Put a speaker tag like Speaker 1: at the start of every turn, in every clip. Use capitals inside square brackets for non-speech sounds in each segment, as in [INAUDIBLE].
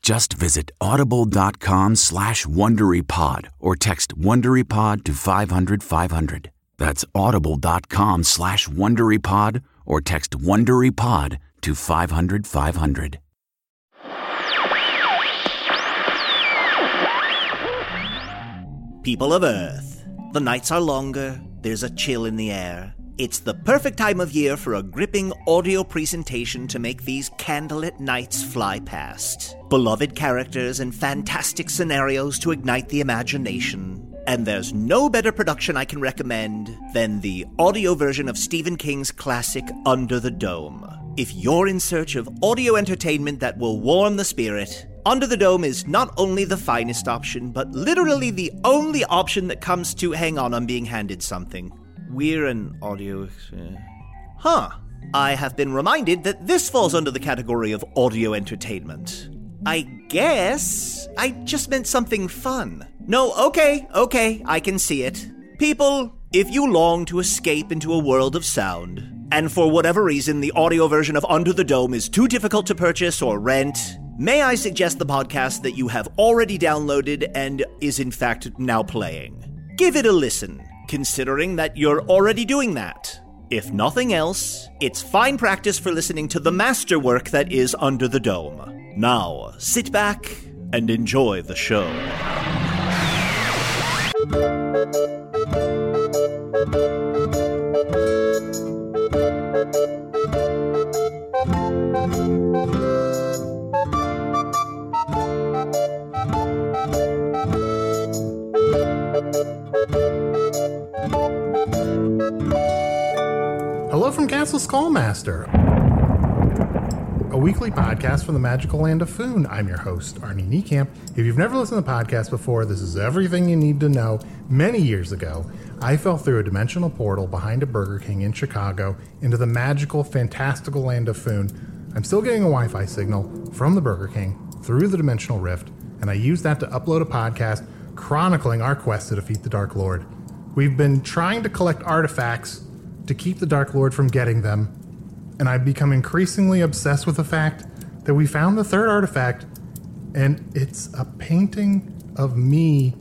Speaker 1: Just visit audible.com slash WonderyPod or text WonderyPod to 500 500. That's audible.com slash WonderyPod or text WonderyPod to 500 500.
Speaker 2: People of Earth, the nights are longer, there's a chill in the air. It's the perfect time of year for a gripping audio presentation to make these candlelit nights fly past. Beloved characters and fantastic scenarios to ignite the imagination. And there's no better production I can recommend than the audio version of Stephen King's classic Under the Dome. If you're in search of audio entertainment that will warm the spirit, under the Dome is not only the finest option, but literally the only option that comes to hang on, I'm being handed something. We're an audio. uh, Huh. I have been reminded that this falls under the category of audio entertainment. I guess I just meant something fun. No, okay, okay, I can see it. People, if you long to escape into a world of sound, and for whatever reason the audio version of Under the Dome is too difficult to purchase or rent, May I suggest the podcast that you have already downloaded and is in fact now playing? Give it a listen, considering that you're already doing that. If nothing else, it's fine practice for listening to the masterwork that is Under the Dome. Now, sit back and enjoy the show.
Speaker 3: Hello from Castle Skullmaster, a weekly podcast from the magical land of Foon. I'm your host, Arnie Niekamp. If you've never listened to the podcast before, this is everything you need to know. Many years ago, I fell through a dimensional portal behind a Burger King in Chicago into the magical, fantastical land of Foon. I'm still getting a Wi Fi signal from the Burger King through the dimensional rift, and I use that to upload a podcast chronicling our quest to defeat the Dark Lord. We've been trying to collect artifacts to keep the Dark Lord from getting them, and I've become increasingly obsessed with the fact that we found the third artifact, and it's a painting of me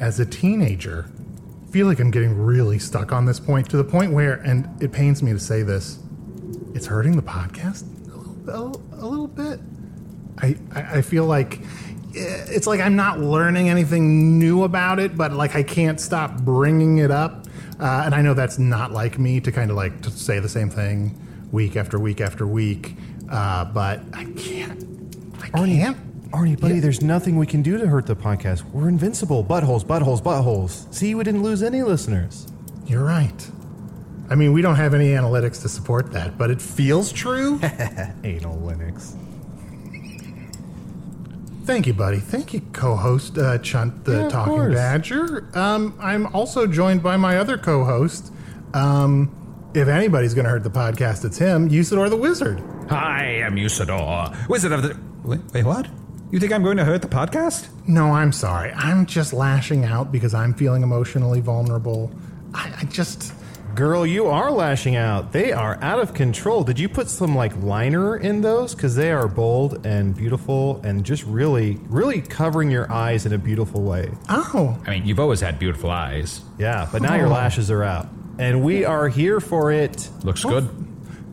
Speaker 3: as a teenager. I feel like I'm getting really stuck on this point to the point where, and it pains me to say this, it's hurting the podcast a little, a little bit. I, I I feel like eh, it's like I'm not learning anything new about it, but like I can't stop bringing it up. Uh, and I know that's not like me to kind of like to say the same thing week after week after week. Uh, but I can't. I can't.
Speaker 4: Arnie, buddy, there's nothing we can do to hurt the podcast. We're invincible. Buttholes, buttholes, buttholes. See, we didn't lose any listeners.
Speaker 3: You're right. I mean, we don't have any analytics to support that, but it feels
Speaker 4: [LAUGHS]
Speaker 3: true.
Speaker 4: Anal Linux.
Speaker 3: Thank you, buddy. Thank you, co-host uh, Chunt the
Speaker 4: Yeah, of
Speaker 3: Talking
Speaker 4: course.
Speaker 3: Badger. Um, I'm also joined by my other co-host. Um, if anybody's going to hurt the podcast, it's him, Usador the Wizard.
Speaker 5: Hi, I'm Usador, wizard of the. Wait, wait, what? You think I'm going to hurt the podcast?
Speaker 3: No, I'm sorry. I'm just lashing out because I'm feeling emotionally vulnerable. I, I just
Speaker 4: Girl, you are lashing out. They are out of control. Did you put some like liner in those? Because they are bold and beautiful and just really, really covering your eyes in a beautiful way.
Speaker 3: Oh,
Speaker 5: I mean, you've always had beautiful eyes.
Speaker 4: Yeah, but now your lashes are out. And we are here for it.
Speaker 5: Looks good.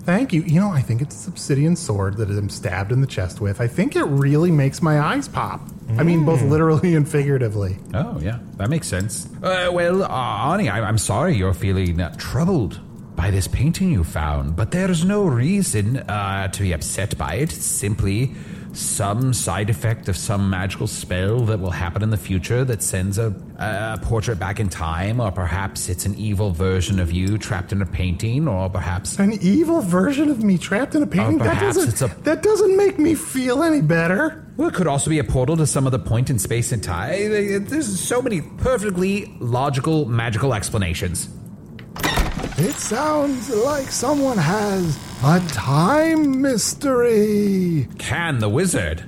Speaker 3: thank you. You know, I think it's this obsidian sword that I'm stabbed in the chest with. I think it really makes my eyes pop. I mean, both
Speaker 5: Mm.
Speaker 3: literally and figuratively.
Speaker 5: Oh, yeah, that makes sense. Uh, well, uh, Arnie, I- I'm sorry you're feeling uh, troubled by this painting you found, but there's no reason uh, to be upset by it. It's simply some side effect of some magical spell that will happen in the future that sends a, a portrait back in time, or perhaps it's an evil version of you trapped in a painting, or perhaps.
Speaker 3: An evil version of me trapped in a painting? that,
Speaker 5: Oh, perhaps
Speaker 3: doesn't,
Speaker 5: it's a-
Speaker 3: that doesn't make me feel any better.
Speaker 5: Well, it could also be a portal to some other point in space and time. There's so many perfectly logical, magical explanations.
Speaker 3: It sounds like someone has a time mystery.
Speaker 5: Can the wizard?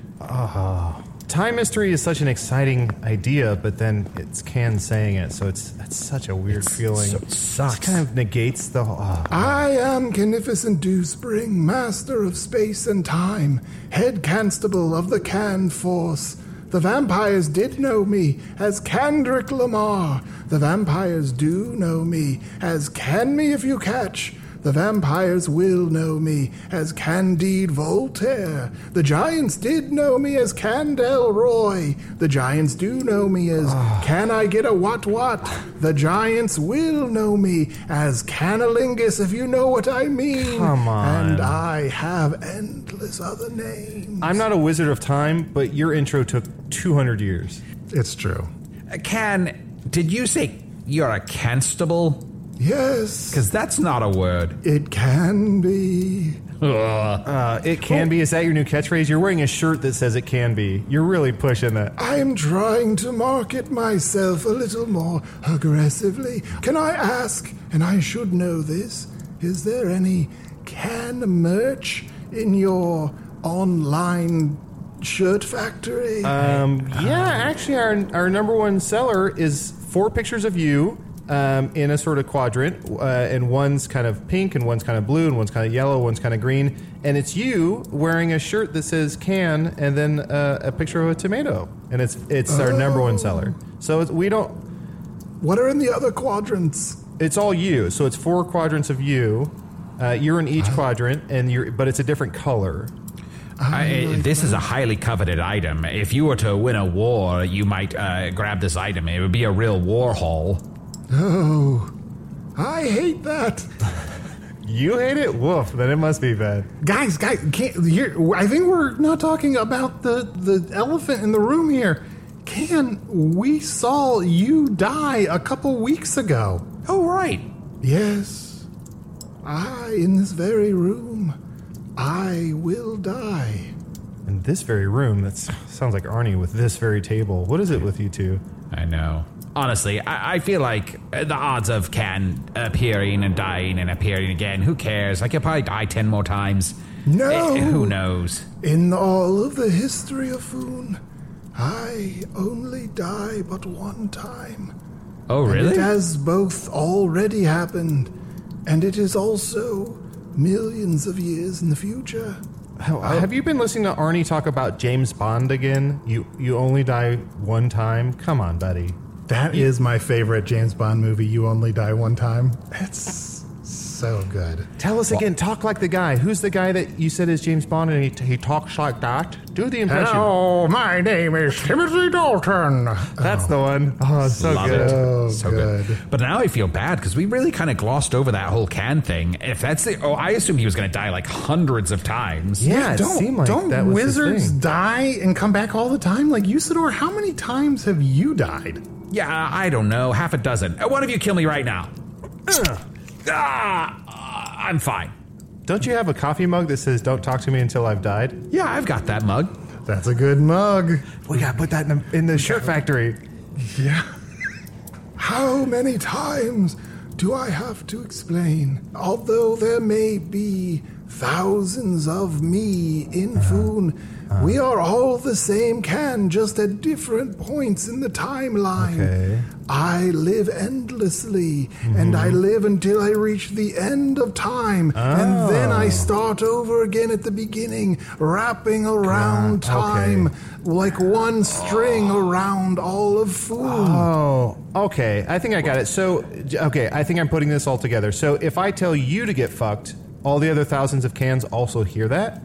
Speaker 4: Time mystery is such an exciting idea, but then it's Can saying it, so it's that's such a weird feeling.
Speaker 5: so- it sucks.
Speaker 4: It kind of negates the whole. ah.
Speaker 3: I am Canificent Dewspring, Master of Space and Time, Head Constable of the Can Force. The vampires did know me as Candric Lamar. The vampires do know me as Can Me If You Catch. The vampires will know me as Candide Voltaire. The giants did know me as Candel Roy. The giants do know me as Can I Get a What What? The giants will know me as Canalingus, if you know what I mean.
Speaker 4: Come on.
Speaker 3: And I have endless other names.
Speaker 4: I'm not a wizard of time, but your intro took 200 years.
Speaker 3: It's true.
Speaker 5: Uh, Can did you say you're a constable?
Speaker 3: Yes,
Speaker 5: Because that's not a word.
Speaker 3: it can be.
Speaker 4: Uh, it can be. Is that your new catchphrase? You're wearing a shirt that says it can be. You're really pushing that.
Speaker 3: I'm trying to market myself a little more aggressively. Can I ask, and I should know this, is there any can merch in your online shirt factory?
Speaker 4: Um, yeah, actually, our, our number one seller is four pictures of you um, in a sort of quadrant, uh, and one's kind of pink, and one's kind of blue, and one's kind of yellow, one's kind of green, and it's you wearing a shirt that says "can" and then uh, a picture of a tomato, and it's it's our number one seller. So it's, we don't
Speaker 3: what are in the other quadrants?
Speaker 4: it's all you. So it's four quadrants of you. Uh, you're in each quadrant, and you're but it's a different color.
Speaker 5: I, this is a highly coveted item. If you were to win a war, you might uh, grab this item. It would be a real war haul.
Speaker 3: Oh, I hate that.
Speaker 4: You hate it? Woof. Then it must be bad.
Speaker 3: guys, guys, can't, here, I think we're not talking about the, the elephant in the room here. Can, we saw you die a couple weeks ago.
Speaker 5: Oh right.
Speaker 3: Yes, I, in this very room, I will die.
Speaker 4: In this very room, that sounds like Arnie with this very table. What is it with you two?
Speaker 5: I know. Honestly, I, I feel like uh, the odds of Can appearing and dying and appearing again. Who cares? Like you'll probably die ten more times.
Speaker 3: No.
Speaker 5: Eh, who knows?
Speaker 3: In all of the history of Foon, I only die but one time.
Speaker 5: Oh
Speaker 3: It
Speaker 5: really?
Speaker 3: has both already happened, and it is also millions of years in the future.
Speaker 4: How- Have you been listening to Arnie talk about James Bond again? You you only die one time. Come on, buddy.
Speaker 3: That is my favorite James Bond movie, You Only Die One Time. That's so good.
Speaker 4: Tell us again. Talk like the guy. Who's the guy that you said is James Bond and he, he talks like that? Do the impression.
Speaker 3: Hello, my name is Timothy Dalton.
Speaker 4: That's the one. Oh, it's so
Speaker 5: Love
Speaker 4: good.
Speaker 5: it.
Speaker 3: Oh,
Speaker 5: so
Speaker 3: good.
Speaker 5: good. But now I feel bad because we really kind of glossed over that whole can thing. If that's the oh, I assume he was going to die like hundreds of times.
Speaker 4: Yeah, it seemed like
Speaker 3: don't
Speaker 4: that was his
Speaker 3: wizards
Speaker 4: thing.
Speaker 3: die and come back all the time? Like Usador, how many times have you died?
Speaker 5: Yeah, I don't know, half a dozen. Uh, One of you kill me right now. ah, I'm fine.
Speaker 4: Don't you have a coffee mug that says "Don't talk to me until I've died"?
Speaker 5: Yeah, I've got that mug.
Speaker 3: That's a good mug.
Speaker 4: We gotta put that in the, in the shirt factory.
Speaker 3: Yeah. How many times do I have to explain? Although there may be thousands of me in
Speaker 4: Uh-huh.
Speaker 3: Foon. We are all the same can, just at different points in the timeline.
Speaker 4: Okay. Mm-hmm.
Speaker 3: I live endlessly, and I live until I reach the end of time, and then I
Speaker 4: Oh.
Speaker 3: start over again at the beginning, wrapping around
Speaker 4: Ah, okay.
Speaker 3: time like one string around all of Foon.
Speaker 4: Oh, okay. I think I got it. So, j- okay, I think I'm putting this all together. So, if I tell you to get fucked, all the other thousands of cans also hear that.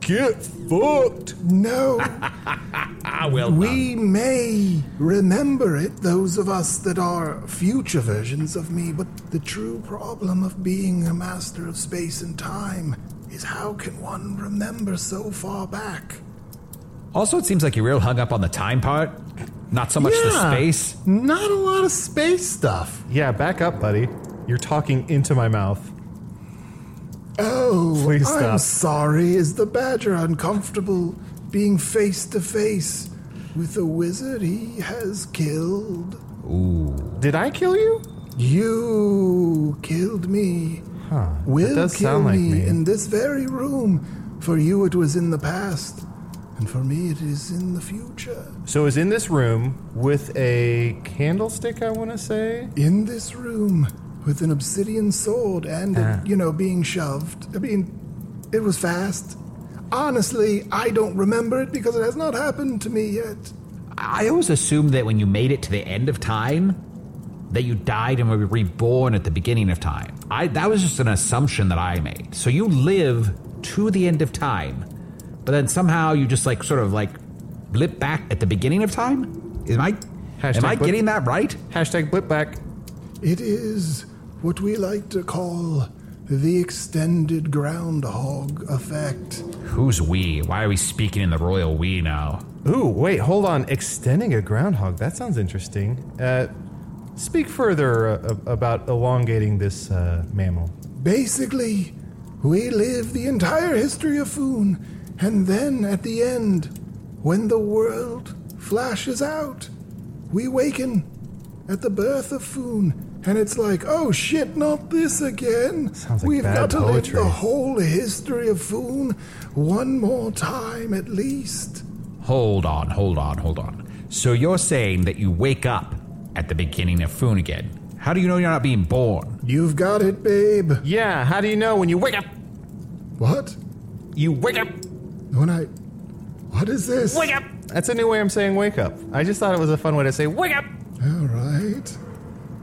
Speaker 4: Get fucked.
Speaker 3: no.
Speaker 5: Ah, well
Speaker 3: We may remember it, those of us that are future versions of me, but the true problem of being a master of space and time is how can one remember so far back?
Speaker 5: Also, it seems like you're real hung up on the time part, not so much the space.
Speaker 3: Not a lot of space stuff.
Speaker 4: Yeah, back up, buddy. You're talking into my mouth.
Speaker 3: Oh,
Speaker 4: Please
Speaker 3: I'm
Speaker 4: stop.
Speaker 3: sorry. Is the badger uncomfortable being face to face with a wizard he has killed?
Speaker 4: Did I kill you?
Speaker 3: You killed me. Huh. Will
Speaker 4: does
Speaker 3: kill
Speaker 4: sound like
Speaker 3: me,
Speaker 4: me.
Speaker 3: in this very room. For you, it was in the past, and for me, it is in the future.
Speaker 4: So, I was in this room with a candlestick. I want to say.
Speaker 3: In this room, with an obsidian sword and, it,
Speaker 4: Ah.
Speaker 3: you know, being shoved. I mean, it was fast. Honestly, I don't remember it because it has not happened to me yet.
Speaker 5: I always assumed that when you made it to the end of time, that you died and were reborn at the beginning of time. I that was just an assumption that I made. So you live to the end of time, but then somehow you just like sort of like blip back at the beginning of time. Am I
Speaker 4: Hashtag
Speaker 5: am I
Speaker 4: blip.
Speaker 5: getting that right?
Speaker 4: Hashtag blip back.
Speaker 3: It is what we like to call the extended groundhog effect.
Speaker 5: Who's we? Why are we speaking in the royal we now?
Speaker 4: Ooh, wait, hold on. Extending a groundhog. That sounds interesting. Uh, speak further uh, ab- about elongating this uh, mammal.
Speaker 3: Basically, we live the entire history of Foon, and then at the end, when the world flashes out, we waken at the birth of Foon, and it's like, oh shit, not this again.
Speaker 4: Sounds like
Speaker 3: We've
Speaker 4: bad
Speaker 3: got to
Speaker 4: poetry.
Speaker 3: live the whole history of Foon one more time at least.
Speaker 5: Hold on, hold on, hold on. So you're saying that you wake up at the beginning of Foon again. How do you know you're not being born?
Speaker 3: You've got it, babe.
Speaker 4: Yeah, how do you know when you wake up?
Speaker 3: What?
Speaker 4: You wake up.
Speaker 3: When I. What is this?
Speaker 4: Wake up. That's a new way I'm saying wake up. I just thought it was a fun way to say wake up.
Speaker 3: All right.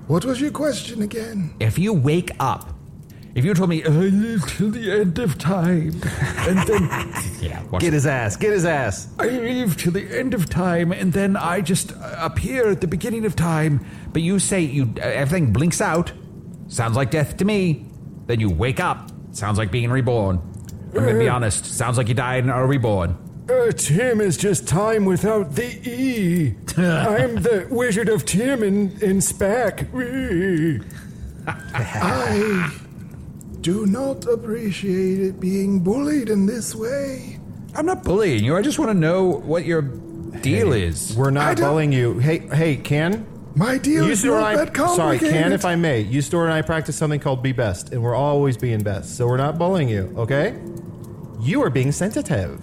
Speaker 3: What was your question again?
Speaker 5: If you wake up, if you told me, I live till the end of time, and
Speaker 4: [LAUGHS]
Speaker 5: then. yeah, watch
Speaker 4: Get his ass. Get his ass.
Speaker 5: I live till the end of time, and then I just uh, appear at the beginning of time, but you say you uh, everything blinks out. Sounds like death to me. Then you wake up. Sounds like being reborn. I'm gonna be honest. Sounds like you died and are reborn.
Speaker 4: Uh, Tim is just time without the [LAUGHS] E. I'm the Wizard of Tim in, in SPAC. Ah.
Speaker 3: I do not appreciate it being bullied in this way.
Speaker 5: I'm not bullying you. I just want to know what your deal is.
Speaker 4: We're
Speaker 3: I
Speaker 4: not
Speaker 3: don't-
Speaker 4: bullying you. Hey, hey, Ken.
Speaker 3: My deal
Speaker 4: You
Speaker 3: is
Speaker 4: store
Speaker 3: not
Speaker 4: and
Speaker 3: that
Speaker 4: I, sorry,
Speaker 3: complicated.
Speaker 4: Ken, if I may, you store and I practice something called be best, and we're always being best. So we're not bullying you, okay? You are being sensitive.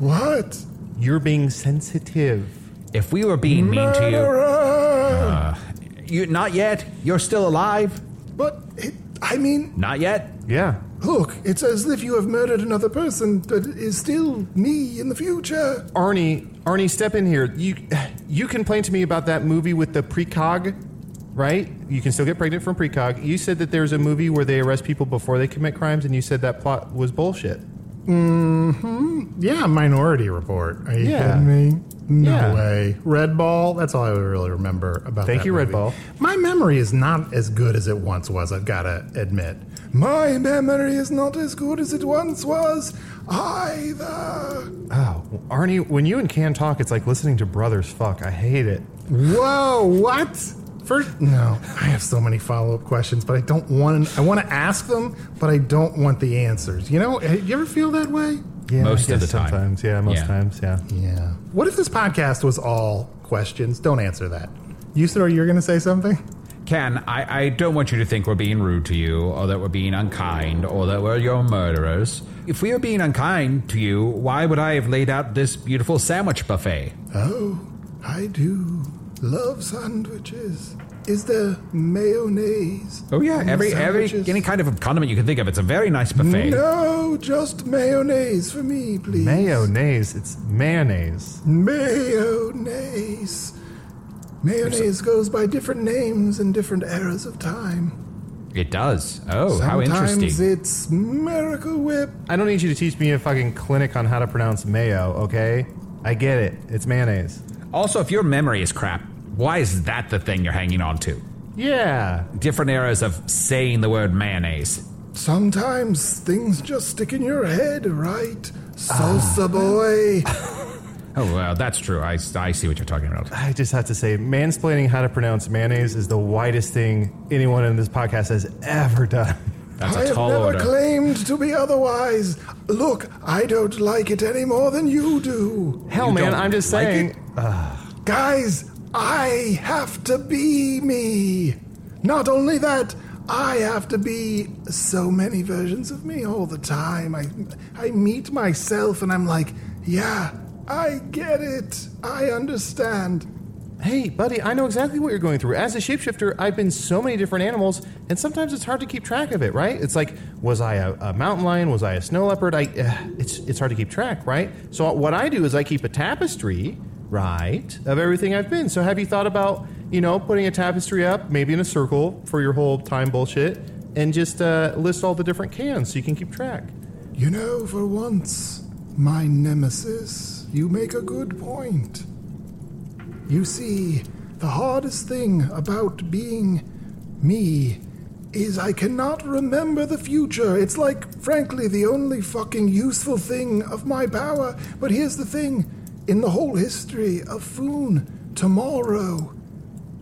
Speaker 3: What?
Speaker 4: You're being sensitive.
Speaker 5: If we were being mean to
Speaker 4: Ah.
Speaker 3: Murderer!
Speaker 5: you, you not yet. You're still alive.
Speaker 3: But it, I mean,
Speaker 5: Not yet.
Speaker 4: Yeah.
Speaker 3: look, it's as if you have murdered another person that is still me in the future.
Speaker 4: Arnie, Arnie, step in here. You you complained to me about that movie with the precog, right? You can still get pregnant from precog. You said that there's a movie where they arrest people before they commit crimes, and you said that plot was bullshit.
Speaker 3: Yeah, Minority Report. Are you
Speaker 4: Yeah.
Speaker 3: kidding me? No
Speaker 4: Yeah.
Speaker 3: way. Red Ball. That's all I really remember about.
Speaker 4: Thank
Speaker 3: that
Speaker 4: you,
Speaker 3: movie.
Speaker 4: Red Ball.
Speaker 3: My memory is not as good as it once was. I've got to admit, my memory is not as good as it once was either.
Speaker 4: Oh, Arnie, when you and Can talk, it's like listening to brothers fuck. I hate it.
Speaker 3: Whoa! What? First, no. I have so many follow-up questions, but I don't want. I want to ask them, but I don't want the answers. You know? You ever feel that way?
Speaker 4: Yeah,
Speaker 5: Most
Speaker 4: I
Speaker 5: of
Speaker 4: guess
Speaker 5: the time.
Speaker 4: Sometimes, yeah, most
Speaker 5: Yeah.
Speaker 4: times, yeah.
Speaker 3: Yeah. What if this podcast was all questions? Don't answer that. You, sir, you're going to say something?
Speaker 5: Ken, I, I don't want you to think we're being rude to you, or that we're being unkind, or that we're your murderers. If we are being unkind to you, why would I have laid out this beautiful sandwich buffet?
Speaker 3: Oh, I do love sandwiches. Is there mayonnaise?
Speaker 5: Oh yeah,
Speaker 3: on the
Speaker 5: every every
Speaker 3: sandwiches?
Speaker 5: any kind of condiment you can think of. It's a very nice buffet.
Speaker 3: No, just mayonnaise for me, please.
Speaker 4: Mayonnaise. It's mayonnaise.
Speaker 3: Mayonnaise. Mayonnaise goes by different names in different eras of time.
Speaker 5: It does. Oh,
Speaker 3: Sometimes
Speaker 5: how interesting.
Speaker 3: it's Miracle Whip.
Speaker 4: I don't need you to teach me a fucking clinic on how to pronounce mayo, okay? I get it. It's mayonnaise.
Speaker 5: also, if your memory is crap, why is that the thing you're hanging on to?
Speaker 4: Yeah.
Speaker 5: Different eras of saying the word mayonnaise.
Speaker 3: Sometimes things just stick in your head, right?
Speaker 5: Ah.
Speaker 3: Salsa boy.
Speaker 5: Oh, well, that's true. I, I see what you're talking about.
Speaker 4: I just have to say, mansplaining how to pronounce mayonnaise is the widest thing anyone in this podcast has ever done.
Speaker 5: That's
Speaker 3: I
Speaker 5: a
Speaker 3: have
Speaker 5: tall
Speaker 3: never
Speaker 5: order.
Speaker 3: claimed to be otherwise. Look, I don't like it any more than you do.
Speaker 4: Hell,
Speaker 5: You
Speaker 4: man,
Speaker 5: don't
Speaker 4: I'm just
Speaker 5: like
Speaker 4: saying.
Speaker 5: it?
Speaker 3: Guys, I have to be me. Not only that, I have to be so many versions of me all the time. I I meet myself and I'm like, yeah, I get it. I understand.
Speaker 4: Hey, buddy, I know exactly what you're going through. As a shapeshifter, I've been so many different animals, and sometimes it's hard to keep track of it, right? It's like, was I a, a mountain lion? Was I a snow leopard? I, uh, it's it's hard to keep track, right? So what I do is I keep a tapestry, right, of everything I've been. So have you thought about, you know, putting a tapestry up, maybe in a circle for your whole time bullshit, and just uh, list all the different cans so you can keep track?
Speaker 3: You know, for once, my nemesis, you make a good point. You see, the hardest thing about being me is I cannot remember the future. It's like, frankly, the only fucking useful thing of my power. But here's the thing in the whole history of Foon, tomorrow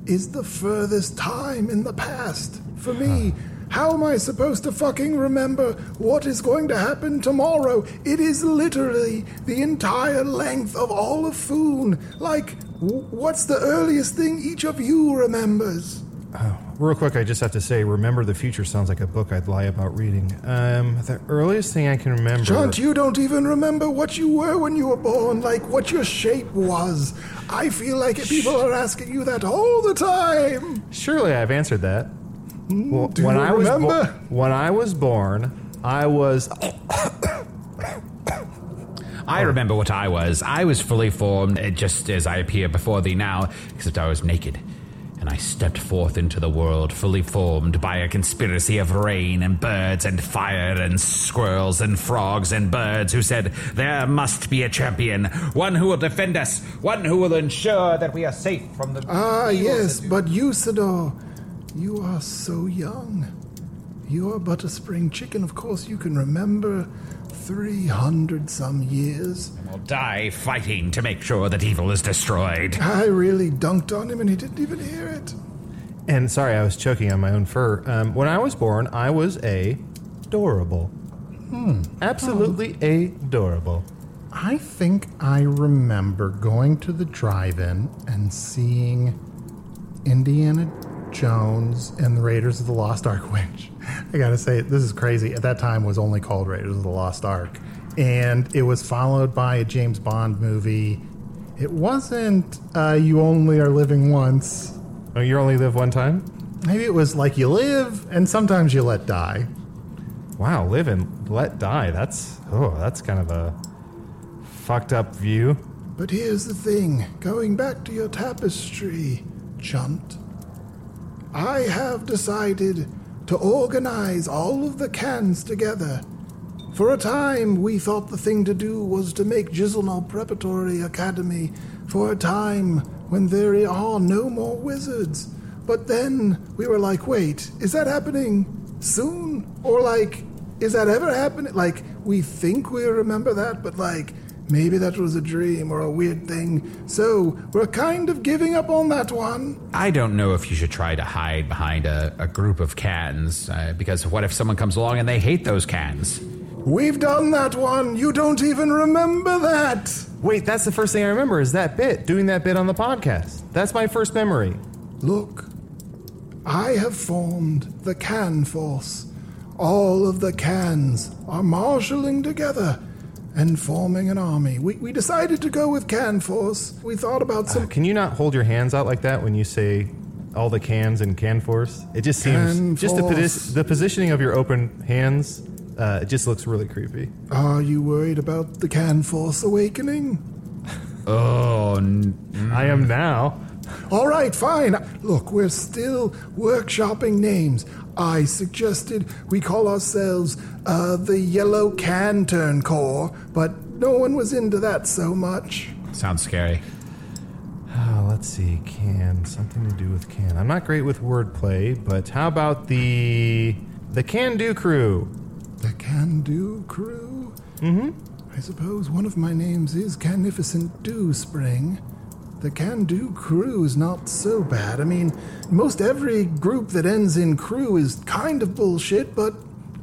Speaker 3: is the furthest time in the past for me. How am I supposed to fucking remember what is going to happen tomorrow? It is literally the entire length of all of Foon. Like, w- what's the earliest thing each of you remembers?
Speaker 4: Real quick, I just have to say, remember the future sounds like a book I'd lie about reading. Um, the earliest thing I can remember.
Speaker 3: Chunt, you don't even remember what you were when you were born, like what your shape was. I feel like people are asking you that all the time.
Speaker 4: Surely I've answered that. Well,
Speaker 3: Mm, do you
Speaker 4: Was
Speaker 3: remember?
Speaker 4: bo- when I was born, I was.
Speaker 5: I remember what I was. I was fully formed, eh, just as I appear before thee now, except I was naked. And I stepped forth into the world, fully formed by a conspiracy of rain and birds and fire and squirrels and frogs and birds who said, There must be a champion, one who will defend us, one who will ensure that we are safe from the.
Speaker 3: Ah,
Speaker 5: evils that
Speaker 3: yes,
Speaker 5: do-
Speaker 3: but Usador, you are so young. You are but a spring chicken. Of course, you can remember 300 some years.
Speaker 5: will die fighting to make sure that evil is destroyed.
Speaker 3: I really dunked on him and he didn't even hear it.
Speaker 4: And sorry, I was choking on my own fur. Um, when I was born, I was a. adorable.
Speaker 3: Hmm.
Speaker 4: Absolutely adorable.
Speaker 3: I think I remember going to the drive in and seeing Indiana Jones and the Raiders of the Lost Ark, [LAUGHS] which I gotta say, this is crazy. At that time was only called Raiders of the Lost Ark. And it was followed by a James Bond movie. It wasn't uh, You Only Are Living Once.
Speaker 4: Oh, you only live one time?
Speaker 3: Maybe it was like you live and sometimes you let die.
Speaker 4: Wow, live and let die. That's. Oh, that's kind of a fucked up view.
Speaker 3: But here's the thing going back to your tapestry, Chunt, I have decided to organize all of the cans together. For a time, we thought the thing to do was to make Gizelnal Preparatory Academy for a time when there are no more wizards. But then we were like, wait, is that happening soon? Or like, is that ever happening? Like, we think we remember that, but like, maybe that was a dream or a weird thing. So we're kind of giving up on that one.
Speaker 5: I don't know if you should try to hide behind a, a group of cans, uh, because what if someone comes along and they hate those cans?
Speaker 3: We've done that one. You don't even remember that.
Speaker 4: Wait, that's the first thing I remember is that bit, doing that bit on the podcast. That's my first memory.
Speaker 3: Look, I have formed the Can Force. All of the cans are marshaling together and forming an army. We, we decided to go with Can Force. We thought about some
Speaker 4: Can you not hold your hands out like that when you say all the cans and can force? It just seems
Speaker 3: Can
Speaker 4: just the,
Speaker 3: force.
Speaker 4: posi- the positioning of your open hands. Uh, it just looks really creepy.
Speaker 3: Are you worried about the Can Force awakening?
Speaker 5: Oh, n-
Speaker 4: I am now.
Speaker 3: All right, fine. Look, we're still workshopping names. I suggested we call ourselves uh, the Yellow Can Turn Corps, but no one was into that so much.
Speaker 5: sounds scary.
Speaker 4: Oh, let's see. Can something to do with can? I'm not great with wordplay, but how about the the Can Do Crew?
Speaker 3: The Can Do Crew? Mm-hmm. I suppose one of my names is Canificent Dew Spring. The Can Do Crew is not so bad. I mean, most every group that ends in crew is kind of bullshit, but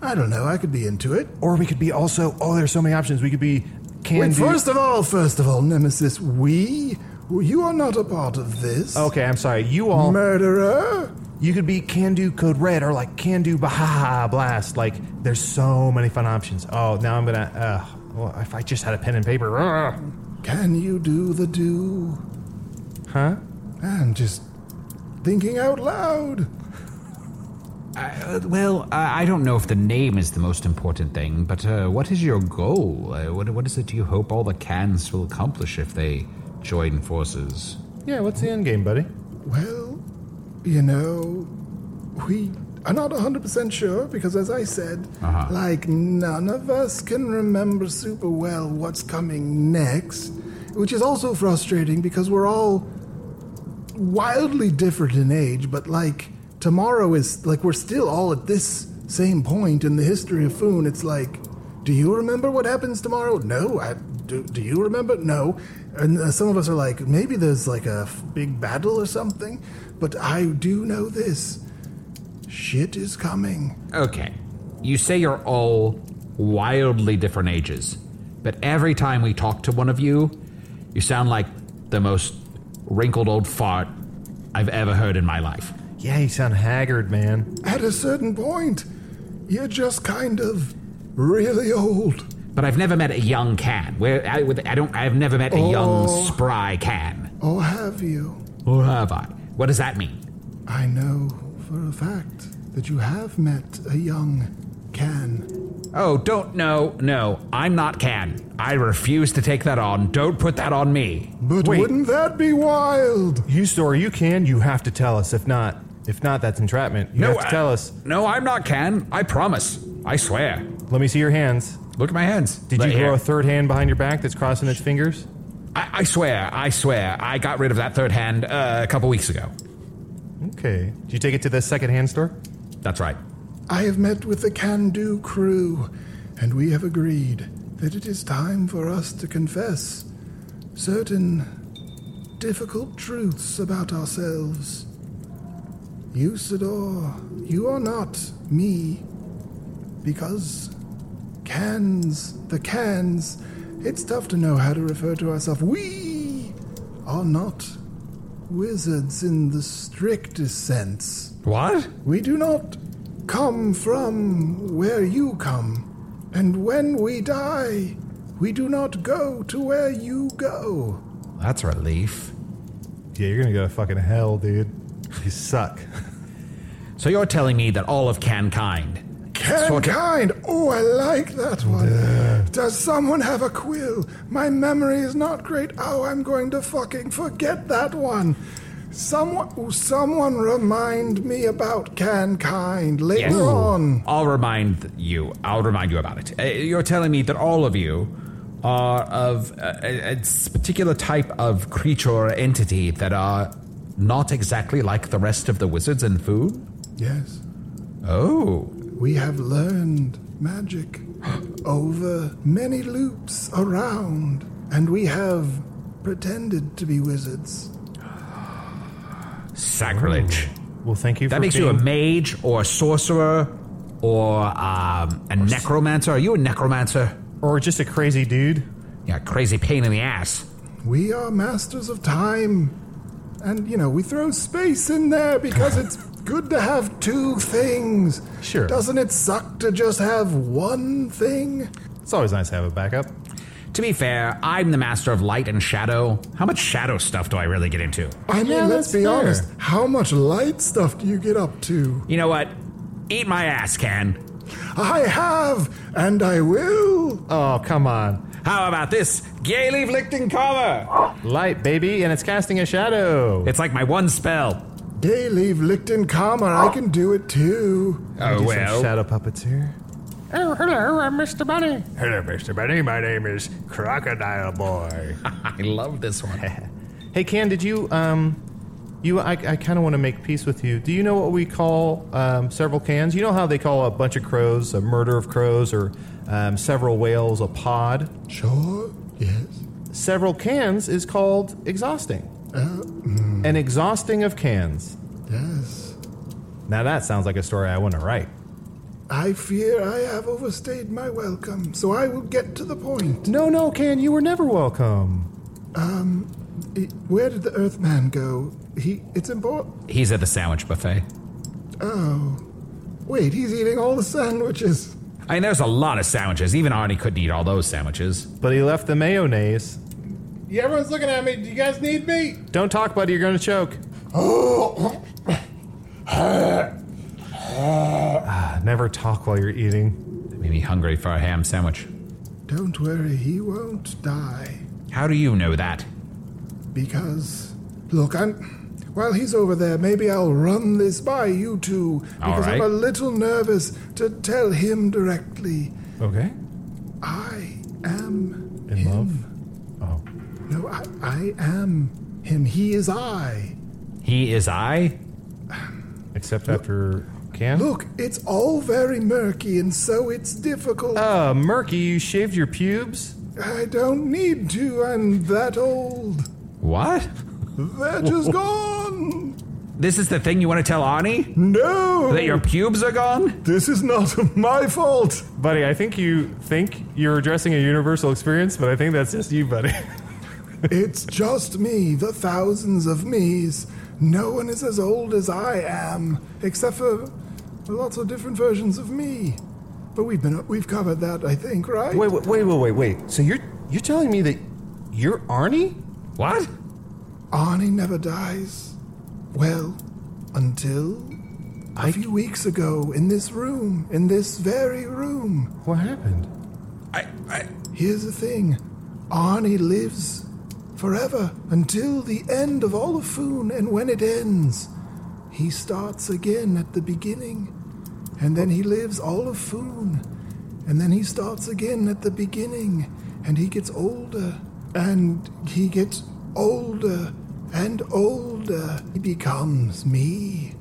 Speaker 3: I don't know, I could be into it.
Speaker 4: Or we could be also. Oh, there's so many options. We could be Can
Speaker 3: Wait,
Speaker 4: Do.
Speaker 3: first of all, first of all, Nemesis, we? You are not a part of this.
Speaker 4: okay, I'm sorry. You all.
Speaker 3: Murderer?
Speaker 4: You could be Can Do Code Red or like Can Do Bahaha Blast. Like, there's so many fun options. Oh, now I'm gonna. Uh, well, if I just had a pen and paper. uh,
Speaker 3: Can you do the do?
Speaker 4: huh?
Speaker 3: I'm just thinking out loud.
Speaker 5: Uh, well, I I don't know if the name is the most important thing, but uh, what is your goal? Uh, what, what is it you hope all the cans will accomplish if they join forces?
Speaker 4: Yeah, what's the end game, buddy?
Speaker 3: Well, you know, we are not 100% sure because, as I said, like none of us can remember super well what's coming next, which is also frustrating because we're all wildly different in age, but like tomorrow is like we're still all at this same point in the history of Foon. It's like, do you remember what happens tomorrow? No. I, do, do you remember? No. And uh, some of us are like, maybe there's like a f- big battle or something, but I do know this. Shit is coming.
Speaker 5: Okay. You say you're all wildly different ages, but every time we talk to one of you, you sound like the most wrinkled old fart I've ever heard in my life.
Speaker 4: Yeah, you sound haggard, man.
Speaker 3: At a certain point, you're just kind of really old.
Speaker 5: But I've never met a young can. Where I, with- I don't, I've never met a young spry can.
Speaker 3: Or have you?
Speaker 5: Or have I? What does that mean?
Speaker 3: I know for a fact that you have met a young Can.
Speaker 5: Oh, don't no, no. I'm not can. I refuse to take that on. Don't put that on me.
Speaker 3: But
Speaker 4: Wait.
Speaker 3: wouldn't that be wild?
Speaker 4: You store, you can, you have to tell us. If not, if not, that's entrapment. You
Speaker 5: no,
Speaker 4: have to
Speaker 5: I-
Speaker 4: tell us.
Speaker 5: No, I'm not can. I promise. I swear.
Speaker 4: Let me see your hands.
Speaker 5: Look at my hands.
Speaker 4: Did
Speaker 5: Right
Speaker 4: you grow
Speaker 5: here.
Speaker 4: a third hand behind your back that's crossing its fingers?
Speaker 5: I, I swear, I swear, I got rid of that third hand uh, a couple weeks ago.
Speaker 4: Okay. Did you take it to the second hand store?
Speaker 5: That's right.
Speaker 3: I have met with the Can Do crew, and we have agreed that it is time for us to confess certain difficult truths about ourselves. Usador, you are not me, because cans, the cans, it's tough to know how to refer to ourselves. We are not wizards in the strictest sense.
Speaker 5: What?
Speaker 3: We do not come from where you come, and when we die, we do not go to where you go.
Speaker 5: That's a relief.
Speaker 4: Yeah, you're gonna go to fucking hell, dude. You suck. [LAUGHS]
Speaker 5: So you're telling me that all of Cankind. Sort of-
Speaker 3: Kind! Oh, I like that one. Does someone have a quill? My memory is not great. Oh, I'm going to fucking forget that one. Someone, oh, someone remind me about can kind later
Speaker 5: Yes.
Speaker 3: on.
Speaker 5: I'll remind you. I'll remind you about it. Uh, you're telling me that all of you are of a, a- a particular type of creature or entity that are not exactly like the rest of the wizards in food?
Speaker 3: Yes.
Speaker 5: Oh.
Speaker 3: We have learned magic over many loops around, and we have pretended to be wizards.
Speaker 5: Sacrilege.
Speaker 4: Well, thank you.
Speaker 5: That
Speaker 4: for
Speaker 5: makes
Speaker 4: being,
Speaker 5: you a mage or a sorcerer or um, a necromancer. Are you a necromancer?
Speaker 4: or just a crazy dude.
Speaker 5: Yeah, crazy pain in the ass.
Speaker 3: We
Speaker 4: [LAUGHS]
Speaker 3: are masters of time. And, you know, we throw space in there because it's good to have two things.
Speaker 4: Sure.
Speaker 3: Doesn't it suck to just have one thing?
Speaker 4: It's always nice to have a backup.
Speaker 5: To be fair, I'm the master of light and shadow. How much shadow stuff do I really get into?
Speaker 3: I mean,
Speaker 4: Yeah,
Speaker 3: let's
Speaker 4: that's
Speaker 3: be
Speaker 4: fair.
Speaker 3: honest. How much light stuff do you get up to?
Speaker 5: You know what? Eat my ass, Can.
Speaker 3: I have, and I will.
Speaker 4: Oh, come on.
Speaker 5: How about this? Gaily Flickton cover!
Speaker 4: Light, baby, and it's casting a shadow.
Speaker 5: It's like my one spell.
Speaker 3: Day leave Lichten Calmer.
Speaker 4: Oh.
Speaker 3: I can do it too.
Speaker 5: Oh,
Speaker 4: Some
Speaker 5: well.
Speaker 4: shadow puppets here.
Speaker 6: Oh, hello, I'm Mr. Bunny.
Speaker 4: Hello, Mr. Bunny. My name is Crocodile Boy.
Speaker 5: I love this one.
Speaker 4: hey, Can, did you, um, you, I, I kind of want to make peace with you. Do you know what we call um, several cans? You know how they call a bunch of crows a murder of crows or um, several whales a pod?
Speaker 3: Sure. Yes.
Speaker 4: Several cans is called exhausting. An exhausting of cans.
Speaker 3: Yes.
Speaker 4: Now that sounds like a story I want to write.
Speaker 3: I fear I have overstayed my welcome, so I will get to the point.
Speaker 4: No, no, Can, you were never welcome.
Speaker 3: I- Where did the Earthman go? He. It's important.
Speaker 5: [LAUGHS] He's at the sandwich buffet.
Speaker 3: oh. Wait, he's eating all the sandwiches.
Speaker 5: I mean, there's a lot of sandwiches. Even Arnie couldn't eat all those sandwiches.
Speaker 4: But he left the mayonnaise.
Speaker 7: Yeah, everyone's looking at me. Do you guys need me?
Speaker 4: Don't talk, buddy, you're going to [GASPS] choke. Ah, Never talk while you're eating.
Speaker 5: That made me hungry for a ham sandwich.
Speaker 3: Don't worry, he won't die.
Speaker 5: How do you know that?
Speaker 3: Because, look, I'm. While he's over there, maybe I'll run this by you two.
Speaker 5: All
Speaker 3: Because
Speaker 5: right.
Speaker 3: I'm a little nervous to tell him directly.
Speaker 4: Okay.
Speaker 3: I am
Speaker 4: In
Speaker 3: him.
Speaker 4: love? Oh.
Speaker 3: No, I, I am him. He is I.
Speaker 5: He is I?
Speaker 4: Except after can?
Speaker 3: Look, it's all very murky, and so it's difficult.
Speaker 4: Uh, Murky, you shaved your pubes?
Speaker 3: I don't need to. I'm that old.
Speaker 5: What?
Speaker 3: They're just gone.
Speaker 5: This is the thing you want to tell Arnie?
Speaker 3: No,
Speaker 5: That your pubes are gone?
Speaker 3: this is not [LAUGHS] my fault.
Speaker 4: Buddy, I think you think you're addressing a universal experience, but I think that's just you, buddy.
Speaker 3: It's just me, the thousands of me's. No one is as old as I am, except for lots of different versions of me. But we've been we've covered that, I think, right?
Speaker 4: wait, wait, wait, wait, wait. So you're you're telling me that you're Arnie?
Speaker 5: What?
Speaker 3: Arnie never dies. Well, until a few weeks ago, in this room, in this very room.
Speaker 4: What happened?
Speaker 5: I, I,
Speaker 3: Here's the thing Arnie lives forever until the end of all of Foon, and when it ends, he starts again at the beginning. And then he lives all of Foon, and then he starts again at the beginning, and he gets older, and he gets older and older. He becomes me.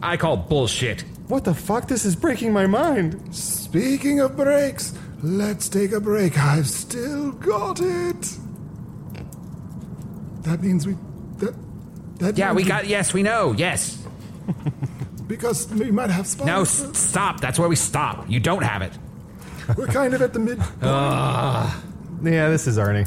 Speaker 5: I call bullshit.
Speaker 4: What the fuck? This is breaking my mind.
Speaker 3: Speaking of breaks, let's take a break. I've still got it. That means we. That, that
Speaker 5: Yeah,
Speaker 3: means
Speaker 5: we got, yes, we know, yes.
Speaker 3: Because we might have spies.
Speaker 5: No, s- stop. That's where we stop. You don't have it.
Speaker 3: [LAUGHS] We're kind of at the mid.
Speaker 4: Uh. Ah. Yeah, this is Arnie.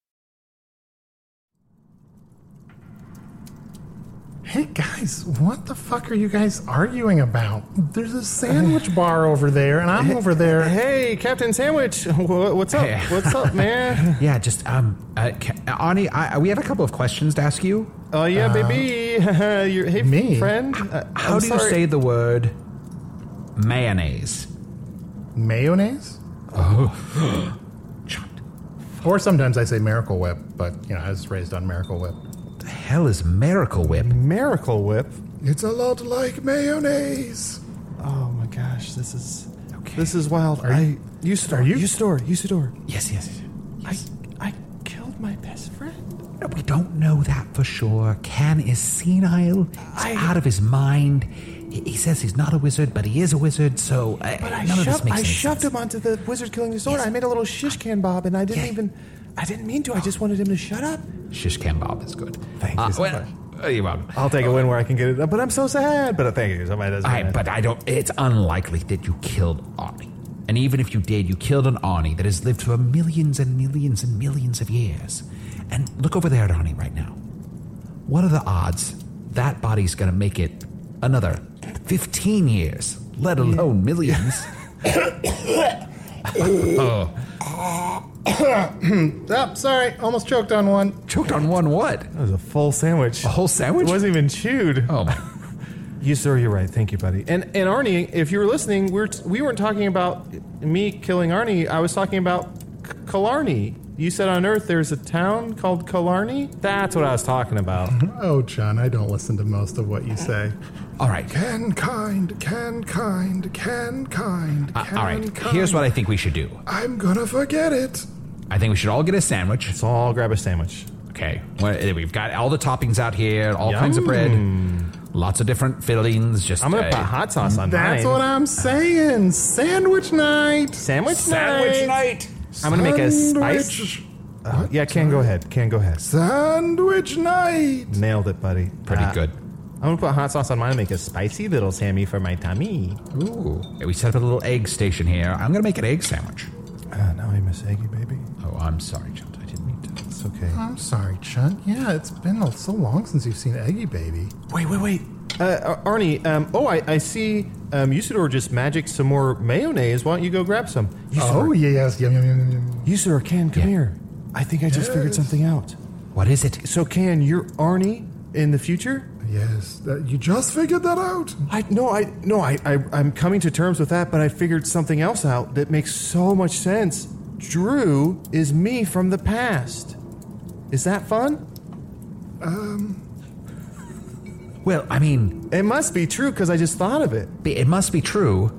Speaker 7: Hey guys, what the fuck are you guys arguing about? There's a sandwich bar over there, and I'm over there.
Speaker 4: Hey, Captain Sandwich, [LAUGHS] wha- what's up? What's up, man? [LAUGHS]
Speaker 5: yeah, just um, uh, ca- Ani, I, we have a couple of questions to ask you.
Speaker 4: Oh yeah, baby. [LAUGHS] You're, hey,
Speaker 5: me?
Speaker 4: friend. Um, Uh,
Speaker 5: How
Speaker 4: I'm
Speaker 5: do you
Speaker 4: sorry.
Speaker 5: say the word mayonnaise?
Speaker 7: Mayonnaise?
Speaker 3: [GASPS]
Speaker 5: Oh.
Speaker 7: Or sometimes I say Miracle Whip, but you know I was raised on Miracle Whip. The
Speaker 5: hell is Miracle Whip?
Speaker 4: Miracle Whip.
Speaker 3: It's a lot like mayonnaise.
Speaker 4: Oh my gosh, this is this is wild.
Speaker 3: Are
Speaker 4: I
Speaker 3: you-
Speaker 4: Usador,
Speaker 3: are you-
Speaker 4: Usador, Usador.
Speaker 5: Yes, yes.
Speaker 4: I I killed my best friend.
Speaker 5: No, we don't know that for sure. Can is senile. He's out of his mind. He, he says he's not a wizard, but he is a wizard. So uh,
Speaker 4: But I
Speaker 5: none of this
Speaker 4: shoved,
Speaker 5: makes
Speaker 4: I
Speaker 5: any
Speaker 4: shoved him onto the wizard killing disorder. I made a little shish can bob, and I didn't even, I didn't mean to. I just wanted him to shut up.
Speaker 5: sense. Shish kebab is good. Thank
Speaker 4: you so much.
Speaker 5: You're welcome.
Speaker 4: I'll take a win where I can get it. But I'm so sad. But thank you. Somebody does.
Speaker 5: I, but I don't. It's unlikely that you killed Arnie. And even if you did, you killed an Arnie that has lived for millions and millions and millions of years. And look over there at Arnie right now. What are the odds that body's going to make it another 15 years, let alone millions? oh,
Speaker 3: Ah,
Speaker 7: oh, sorry, almost choked on one.
Speaker 5: [LAUGHS] Choked on one what?
Speaker 4: That was a full sandwich. A
Speaker 5: whole sandwich?
Speaker 4: It wasn't even chewed.
Speaker 5: Oh my.
Speaker 4: You sir, you're right. Thank you, buddy. And and Arnie, if you were listening, we're t- we weren't talking about me killing Arnie. I was talking about C- Killarney. You said on Earth there's a town called Killarney. That's what I was talking about.
Speaker 3: Mm-hmm.
Speaker 7: Oh, John, I don't listen to most of what you say.
Speaker 5: All
Speaker 3: [LAUGHS]
Speaker 5: right.
Speaker 3: Can kind, can kind, can kind,
Speaker 5: Uh,
Speaker 3: can
Speaker 5: all right.
Speaker 3: kind.
Speaker 5: Here's what I think we should do.
Speaker 3: I'm gonna forget it.
Speaker 5: I think we should all get a sandwich. Let's
Speaker 4: all grab a sandwich.
Speaker 5: Okay. Well, eh, we've got all the toppings out here, all kinds of bread, lots of different fillings. Just
Speaker 4: I'm gonna
Speaker 5: uh,
Speaker 4: put hot sauce on
Speaker 7: That's
Speaker 4: mine.
Speaker 7: what I'm saying. Sandwich night.
Speaker 4: Sandwich Sandwich night. I'm gonna make a spice.
Speaker 3: Sandwich-
Speaker 4: Uh, yeah, can go ahead. Can go ahead.
Speaker 3: Sandwich night.
Speaker 4: Nailed it, buddy.
Speaker 5: Pretty
Speaker 4: Uh,
Speaker 5: good.
Speaker 4: I'm gonna put hot sauce on mine and make a spicy little Sammy for my tummy.
Speaker 5: Ooh. Yeah, We set up a little egg station here. I'm gonna make an egg sandwich.
Speaker 4: Uh, now I miss Eggy, baby.
Speaker 5: Oh, I'm sorry, Chunt. I didn't mean to.
Speaker 4: It's okay.
Speaker 7: I'm sorry, Chunt. Yeah, it's been so long since you've seen Eggy Baby.
Speaker 4: Wait, wait, wait. Uh, Ar- Arnie, um, oh, I, I see um, Usador just magic some more mayonnaise. Why don't you go grab some?
Speaker 7: Oh yeah, yes, yum yum yum yum.
Speaker 4: Usador, Can, come here. I think I just figured
Speaker 7: Yes.
Speaker 4: something out.
Speaker 5: What is it?
Speaker 4: So, Can, you're Arnie in the future?
Speaker 3: Yes, that, you just figured that out.
Speaker 4: I no, I no, I, I I'm coming to terms with that, but I figured something else out that makes so much sense. Drew is me from the past. Is that fun?
Speaker 5: Well, I mean,
Speaker 4: It must be true because I just thought of it.
Speaker 5: be- it must be true.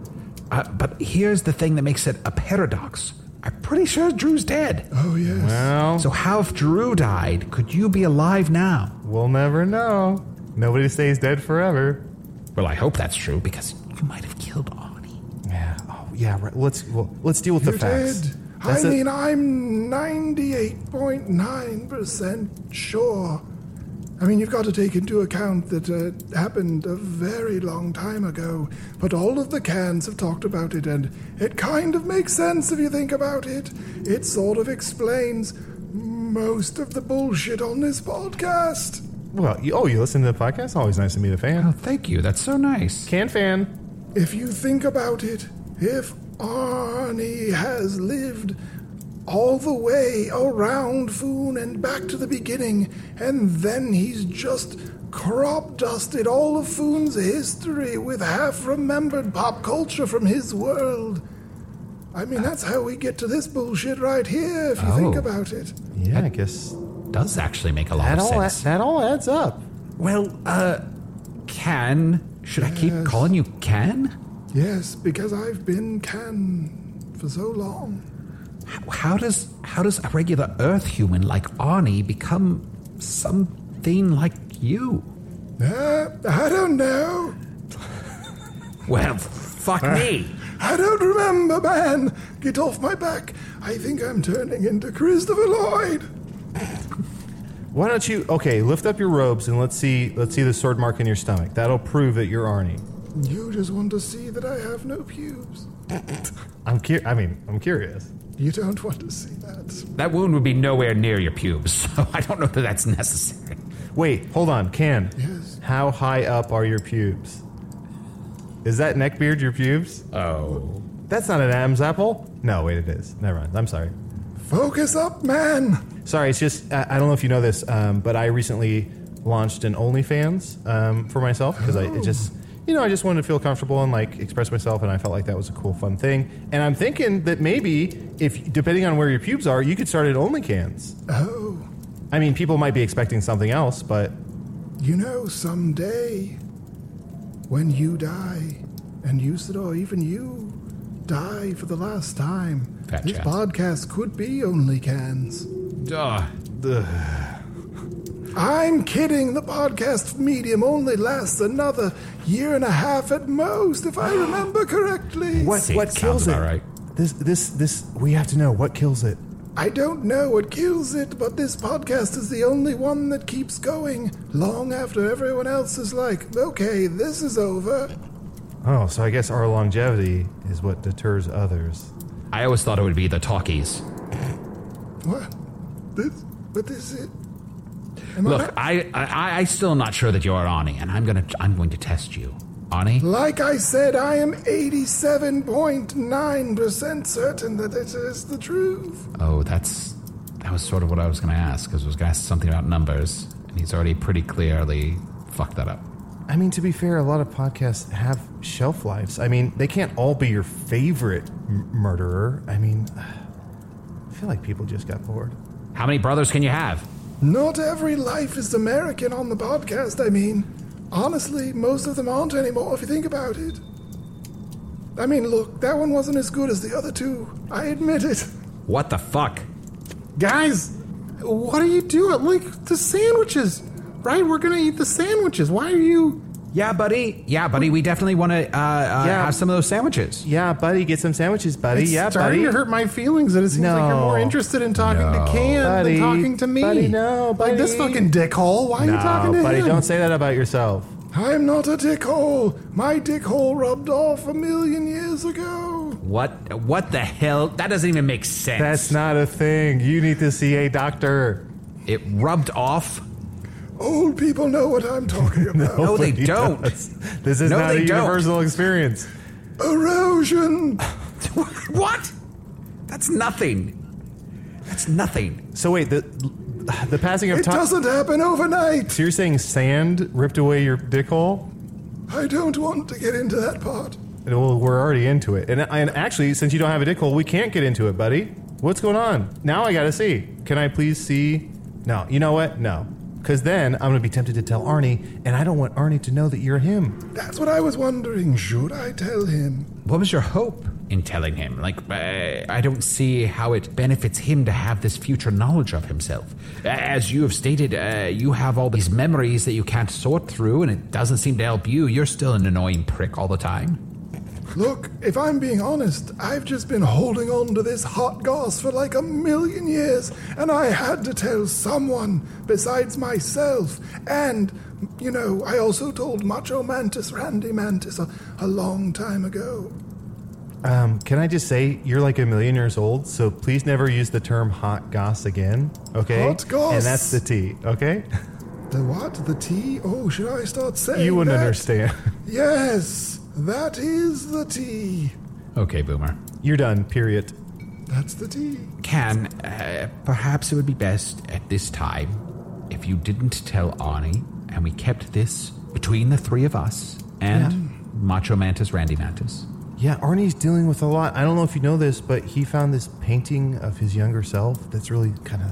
Speaker 5: Uh, but here's the thing that makes it a paradox. I'm pretty sure Drew's dead.
Speaker 3: Oh yes.
Speaker 4: Well,
Speaker 5: So how if Drew died, could you be alive now?
Speaker 4: we'll never know. Nobody stays dead forever.
Speaker 5: Well, I hope that's true because you might have killed Arnie.
Speaker 4: Yeah. Oh, yeah. Right. Let's well, let's deal with
Speaker 3: You
Speaker 4: the facts.
Speaker 3: did.
Speaker 4: That's
Speaker 3: I
Speaker 4: it.
Speaker 3: mean, I'm 98.9% sure. I mean, you've got to take into account that uh, it happened a very long time ago, but all of the cans have talked about it, and it kind of makes sense if you think about it. It sort of explains most of the bullshit on this podcast.
Speaker 4: well, you, oh, you listen to the podcast. Always nice to meet a fan.
Speaker 5: Thank you. That's so nice.
Speaker 4: Oh, Can fan.
Speaker 3: If you think about it, if Arnie has lived all the way around Foon and back to the beginning, and then he's just crop dusted all of Foon's history with half remembered pop culture from his world. I mean, that's how we get to this bullshit right here, if you think
Speaker 5: Oh.
Speaker 3: about it.
Speaker 4: Yeah, I guess
Speaker 5: Does actually make a lot
Speaker 4: that
Speaker 5: of
Speaker 4: all
Speaker 5: sense.
Speaker 4: that all adds up.
Speaker 5: Well, uh, Can. Should I keep
Speaker 3: Yes.
Speaker 5: calling you Can?
Speaker 3: Yes, because I've been Can for so long.
Speaker 5: H- How does how does a regular Earth human like Arnie become something like you?
Speaker 3: Uh, I don't know.
Speaker 5: Well, fuck me.
Speaker 3: I don't remember, man. Get off my back. I think I'm turning into Christopher Lloyd.
Speaker 4: Why don't you? Okay, lift up your robes and let's see. Let's see the sword mark in your stomach. That'll prove that you're Arnie.
Speaker 3: You just want to see that I have no pubes.
Speaker 4: I'm cur- I mean, I'm curious.
Speaker 3: You don't want to see that.
Speaker 5: [LAUGHS] That wound would be nowhere near your pubes, so I don't know that that's necessary.
Speaker 4: Wait, hold on, Cam. Yes. How high up are your pubes? Is that neck beard your pubes?
Speaker 5: Oh.
Speaker 4: That's not an Adam's apple. No, wait, it is. Never mind. I'm sorry.
Speaker 3: Focus up, man.
Speaker 4: Sorry, it's just I, I don't know if you know this, um, but I recently launched an OnlyFans um, for myself because I it just you know I just wanted to feel comfortable and like express myself, and I felt like that was a cool, fun thing. And I'm thinking that maybe if depending on where your pubes are, you could start at OnlyCans.
Speaker 3: Oh,
Speaker 4: I mean, people might be expecting something else, but
Speaker 3: you know, someday when you die and you, or even you die for the last time,
Speaker 5: Fat
Speaker 3: this
Speaker 5: chance.
Speaker 3: podcast could be only cans.
Speaker 5: Duh.
Speaker 3: I'm kidding. The podcast medium only lasts another year and a half at most, if I remember correctly.
Speaker 4: What what kills it? This this this we have to know what kills it.
Speaker 3: I don't know what kills it, but this podcast is the only one that keeps going long after everyone else is like, okay, this is over.
Speaker 4: Oh, so I guess our longevity is what deters others.
Speaker 5: I always thought it would be the talkies.
Speaker 3: What? This, but this is. Am I
Speaker 5: Look, I, I I still am not sure that you're Arnie, and I'm gonna I'm going to test you, Arnie.
Speaker 3: Like I said, I am 87.9% certain that it is the truth.
Speaker 5: Oh, that's that was sort of what I was going to ask because I was going to ask something about numbers, and he's already pretty clearly fucked that up.
Speaker 4: I mean, to be fair, a lot of podcasts have shelf lives. I mean, they can't all be your favorite m- murderer. I mean, I feel like people just got bored.
Speaker 5: How many brothers can you have?
Speaker 3: Not every life is American on the podcast, I mean. Honestly, most of them aren't anymore if you think about it. I mean, look, that one wasn't as good as the other two. I admit it.
Speaker 5: What the fuck?
Speaker 7: Guys, what are you doing? Like the sandwiches, right? We're gonna eat the sandwiches. Why are you?
Speaker 5: Yeah, buddy. Yeah, buddy. We definitely want to uh, uh,
Speaker 4: Yeah.
Speaker 5: have some of those sandwiches.
Speaker 4: Yeah, buddy, get some sandwiches, buddy.
Speaker 7: It's
Speaker 4: yeah,
Speaker 7: starting to
Speaker 4: buddy.
Speaker 7: hurt my feelings, and it seems like you're more
Speaker 4: No.
Speaker 7: interested in talking to Can
Speaker 4: Buddy,
Speaker 7: than talking to me.
Speaker 4: buddy, no,
Speaker 7: like this
Speaker 4: buddy.
Speaker 7: fucking dickhole. Why
Speaker 4: no,
Speaker 7: are you talking to
Speaker 4: buddy,
Speaker 7: him?
Speaker 4: don't say that about yourself.
Speaker 3: I'm not a dickhole. My dickhole rubbed off a million years ago.
Speaker 5: What? What the hell? That doesn't even make sense.
Speaker 4: That's not a thing. You need to see a doctor.
Speaker 5: It rubbed off.
Speaker 3: Old people know what I'm talking about.
Speaker 5: No, they
Speaker 4: Nobody
Speaker 5: don't.
Speaker 4: does. This is
Speaker 5: No,
Speaker 4: not a
Speaker 5: they don't.
Speaker 4: universal experience.
Speaker 3: Erosion.
Speaker 5: [LAUGHS] what? That's nothing. That's nothing.
Speaker 4: So wait, the the passing of
Speaker 3: It
Speaker 4: time.
Speaker 3: doesn't happen overnight.
Speaker 4: So you're saying sand ripped away your dick hole?
Speaker 3: I don't want to get into that part.
Speaker 4: And, Well, we're already into it. And, and actually, since you don't have a dick hole, we can't get into it, buddy. What's going on? Now I gotta see. Can I please see? No. You know what? No. Because then I'm gonna be tempted to tell Arnie, and I don't want Arnie to know that you're him.
Speaker 3: That's what I was wondering. Should I tell him?
Speaker 5: What was your hope in telling him? Like, uh, I don't see how it benefits him to have this future knowledge of himself. As you have stated, uh, you have all these memories that you can't sort through, and it doesn't seem to help you. You're still an annoying prick all the time.
Speaker 3: Look, if I'm being honest, I've just been holding on to this hot goss for like a million years, and I had to tell someone besides myself. And, you know, I also told Macho Mantis Randy Mantis a, a long time ago.
Speaker 4: Um, can I just say you're like a million years old, so please never use the term hot goss again. Okay.
Speaker 3: Hot goss.
Speaker 4: And that's the T. Okay. [LAUGHS]
Speaker 3: The what? The tea? Oh, should I start saying
Speaker 4: you wouldn't
Speaker 3: that?
Speaker 4: understand.
Speaker 3: Yes, that is the tea.
Speaker 5: Okay, Boomer.
Speaker 4: you're done. Period.
Speaker 3: That's the tea.
Speaker 5: Can, uh, perhaps it would be best at this time if you didn't tell Arnie and we kept this between the three of us and Macho Mantis Randy Mantis.
Speaker 4: Yeah, Arnie's dealing with a lot. I don't know if you know this, but he found this painting of his younger self that's really kind of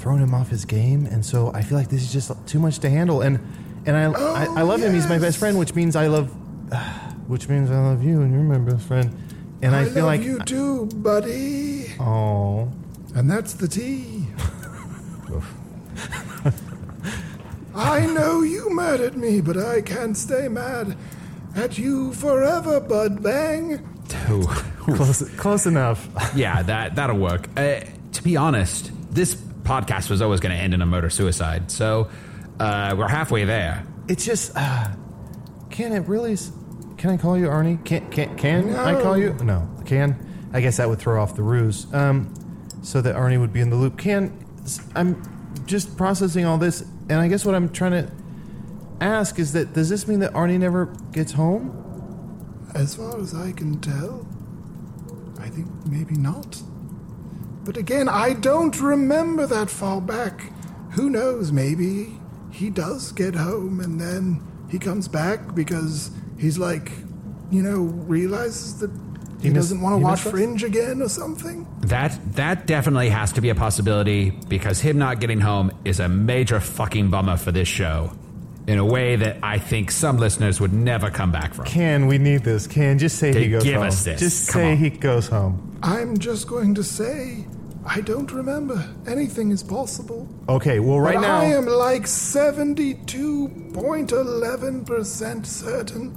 Speaker 4: thrown him off his game, and so I feel like this is just too much to handle. And and I I, I love him. He's my best friend, which means I love, [SIGHS] which means I love you, and you're my best friend. And I,
Speaker 3: I,
Speaker 4: feel
Speaker 3: love
Speaker 4: like
Speaker 3: you too, buddy.
Speaker 4: oh,
Speaker 3: And that's the
Speaker 4: [LAUGHS]
Speaker 3: tea. I know you murdered me, but I can't stay mad at you forever, Bud Bang.
Speaker 5: [LAUGHS]
Speaker 4: close close enough.
Speaker 5: yeah, that that'll work. Uh, to be honest, this podcast was always going to end in a murder suicide, so uh, we're halfway there.
Speaker 4: It's just uh, can it really? s- Can I call you Arnie? Can can can I call you? No, can. I guess that would throw off the ruse. Um, so that Arnie would be in the loop. Can s- I'm just processing all this. and I guess what I'm trying to ask is that does this mean that Arnie never gets home?
Speaker 3: As far as I can tell, I think maybe not. But again, I don't remember that far back. Who knows, maybe he does get home and then he comes back because he's like, you know, realizes that he,
Speaker 5: He miss-
Speaker 3: doesn't want to
Speaker 5: he
Speaker 3: watch
Speaker 5: missed us?
Speaker 3: Fringe again or something.
Speaker 5: That that definitely has to be a possibility because him not getting home is a major fucking bummer for this show, in a way that I think some listeners would never come back from.
Speaker 4: Can we need this? Can just say
Speaker 5: They
Speaker 4: he goes
Speaker 5: give
Speaker 4: home.
Speaker 5: us this.
Speaker 4: Just
Speaker 5: Come
Speaker 4: say
Speaker 5: on.
Speaker 4: he goes home.
Speaker 3: I'm just going to say, I don't remember. Anything is possible.
Speaker 4: Okay. Well, right
Speaker 3: but
Speaker 4: now
Speaker 3: I am like 72.11% certain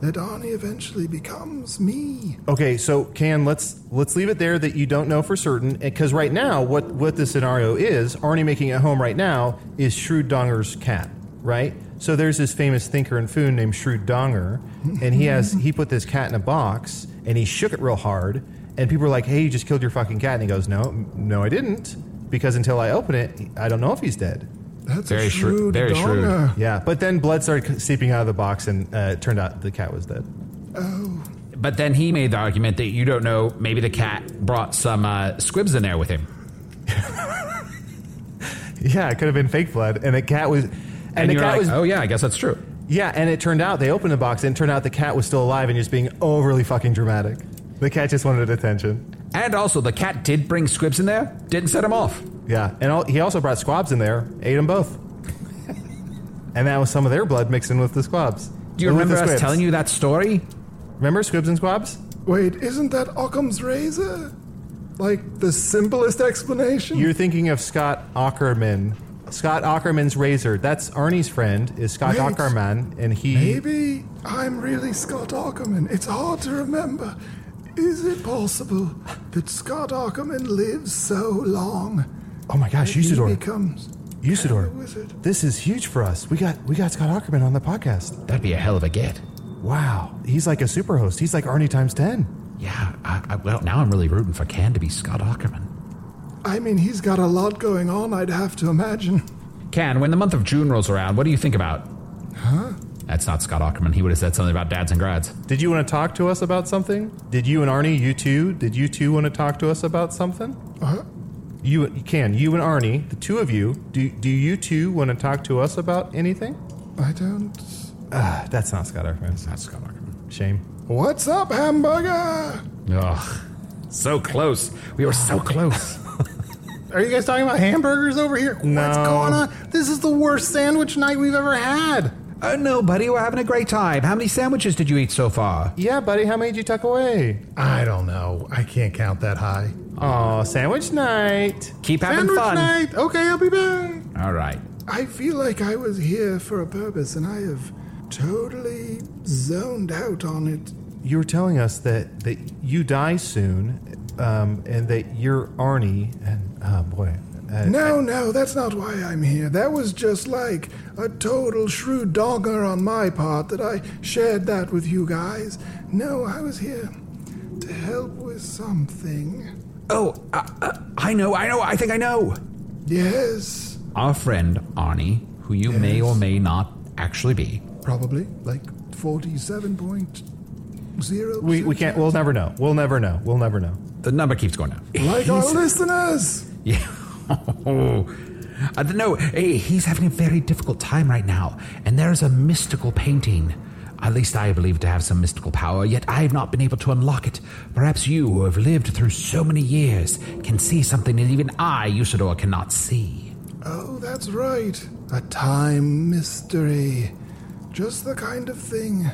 Speaker 3: that Arnie eventually becomes me.
Speaker 4: Okay, so can let's let's leave it there that you don't know for certain because right now what what the scenario is Arnie making at home right now is Shrewd Donger's cat, right? So there's this famous thinker in food named Shrewd Donger, and he has he put this cat in a box and he shook it real hard, and people are like, "Hey, you just killed your fucking cat," and he goes, "No, m- no, I didn't." Because until I open it, I don't know if he's dead.
Speaker 3: That's a Very shrewd- shrewd very shrewd. Donger.
Speaker 4: Yeah, but then blood started seeping out of the box, and uh, it turned out the cat was dead. [LAUGHS]
Speaker 3: Oh.
Speaker 5: But then he made the argument that you don't know. Maybe the cat brought some uh, squibs in there with him.
Speaker 4: Yeah, it could have been fake blood, and the cat was. And,
Speaker 5: And
Speaker 4: the
Speaker 5: you're
Speaker 4: cat
Speaker 5: like,
Speaker 4: was,
Speaker 5: "Oh, yeah, I guess that's true.
Speaker 4: Yeah, and it turned out they opened the box, and it turned out the cat was still alive, and just being overly fucking dramatic. The cat just wanted attention.
Speaker 5: And also, the cat did bring squibs in there. Didn't set him off.
Speaker 4: Yeah, and al- he also brought squabs in there, ate them both, [LAUGHS] and that was some of their blood mixed in with the squabs.
Speaker 5: Do you
Speaker 4: Or with the
Speaker 5: remember us
Speaker 4: squibs.
Speaker 5: telling you Mm-hmm. that story?
Speaker 4: Remember squibs and squabs?
Speaker 3: Wait, isn't that Occam's razor? Like the simplest explanation?
Speaker 4: You're thinking of Scott Ackerman. Scott Ackerman's razor. That's Arnie's friend. Is Scott
Speaker 3: Wait.
Speaker 4: Ackerman, and he
Speaker 3: Maybe I'm really Scott Ackerman. It's hard to remember. Is it possible that Scott Ackerman lives so long?
Speaker 4: Oh my gosh,
Speaker 3: that he
Speaker 4: Usador.
Speaker 3: becomes
Speaker 4: Usador,
Speaker 3: a wizard?
Speaker 4: this is huge for us. We got we got Scott Ackerman on the podcast.
Speaker 5: That'd be a hell of a get.
Speaker 4: Wow, he's like a super host. He's like Arnie times ten.
Speaker 5: Yeah. I, I, well, now I'm really rooting for Can to be Scott Ackerman.
Speaker 3: I mean, he's got a lot going on, I'd have to imagine.
Speaker 5: Can, when the month of June rolls around, what do you think about? Huh? That's not Scott Ackerman. He would have said something about dads and grads.
Speaker 4: Did you want to talk to us about something? Did you and Arnie, you two, did you two want to talk to us about something?
Speaker 3: Uh-huh.
Speaker 4: You can you and Arnie, the two of you, do do you two want to talk to us about anything?
Speaker 3: I don't.
Speaker 4: Ah, that's not Scott Ackerman. That's
Speaker 5: not Scott Ackerman.
Speaker 4: Shame.
Speaker 3: What's up, hamburger?
Speaker 5: Ugh. So close. We were so close.
Speaker 7: Are you guys talking about hamburgers over here? What's going on? This is the worst sandwich night we've ever had.
Speaker 5: [LAUGHS] Oh, no, buddy. We're having a great time. How many sandwiches did you eat so far?
Speaker 4: Yeah, buddy, how many did you tuck away?
Speaker 7: I don't know. I can't count that high.
Speaker 4: Oh, sandwich night.
Speaker 5: Keep having
Speaker 7: sandwich
Speaker 5: fun.
Speaker 7: night. Okay, I'll be back.
Speaker 5: All right.
Speaker 3: I feel like I was here for a purpose and I have totally zoned out on it.
Speaker 4: You were telling us that, that you die soon, um, and that you're Arnie, and oh boy, uh,
Speaker 3: No, no, that's not why I'm here. That was just like a total shrewd dogger on my part that I shared that with you guys. No, I was here to help with something.
Speaker 5: Oh, uh, uh, I know. I know. I think I know.
Speaker 3: Yes,
Speaker 5: Our friend Arnie, who you may or may not actually be.
Speaker 3: probably like 47.0.
Speaker 4: we, we can't. We'll never know. We'll never know. We'll never know.
Speaker 5: The number keeps going up.
Speaker 3: Like our listeners!
Speaker 5: Yeah. [LAUGHS] Oh. I don't know. Hey, he's having a very difficult time right now, and there is a mystical painting. At least I believe to have some mystical power, yet I have not been able to unlock it. Perhaps you, who have lived through so many years, can see something that even I, Usador, cannot see.
Speaker 3: Oh, that's right. A time mystery. Just the kind of thing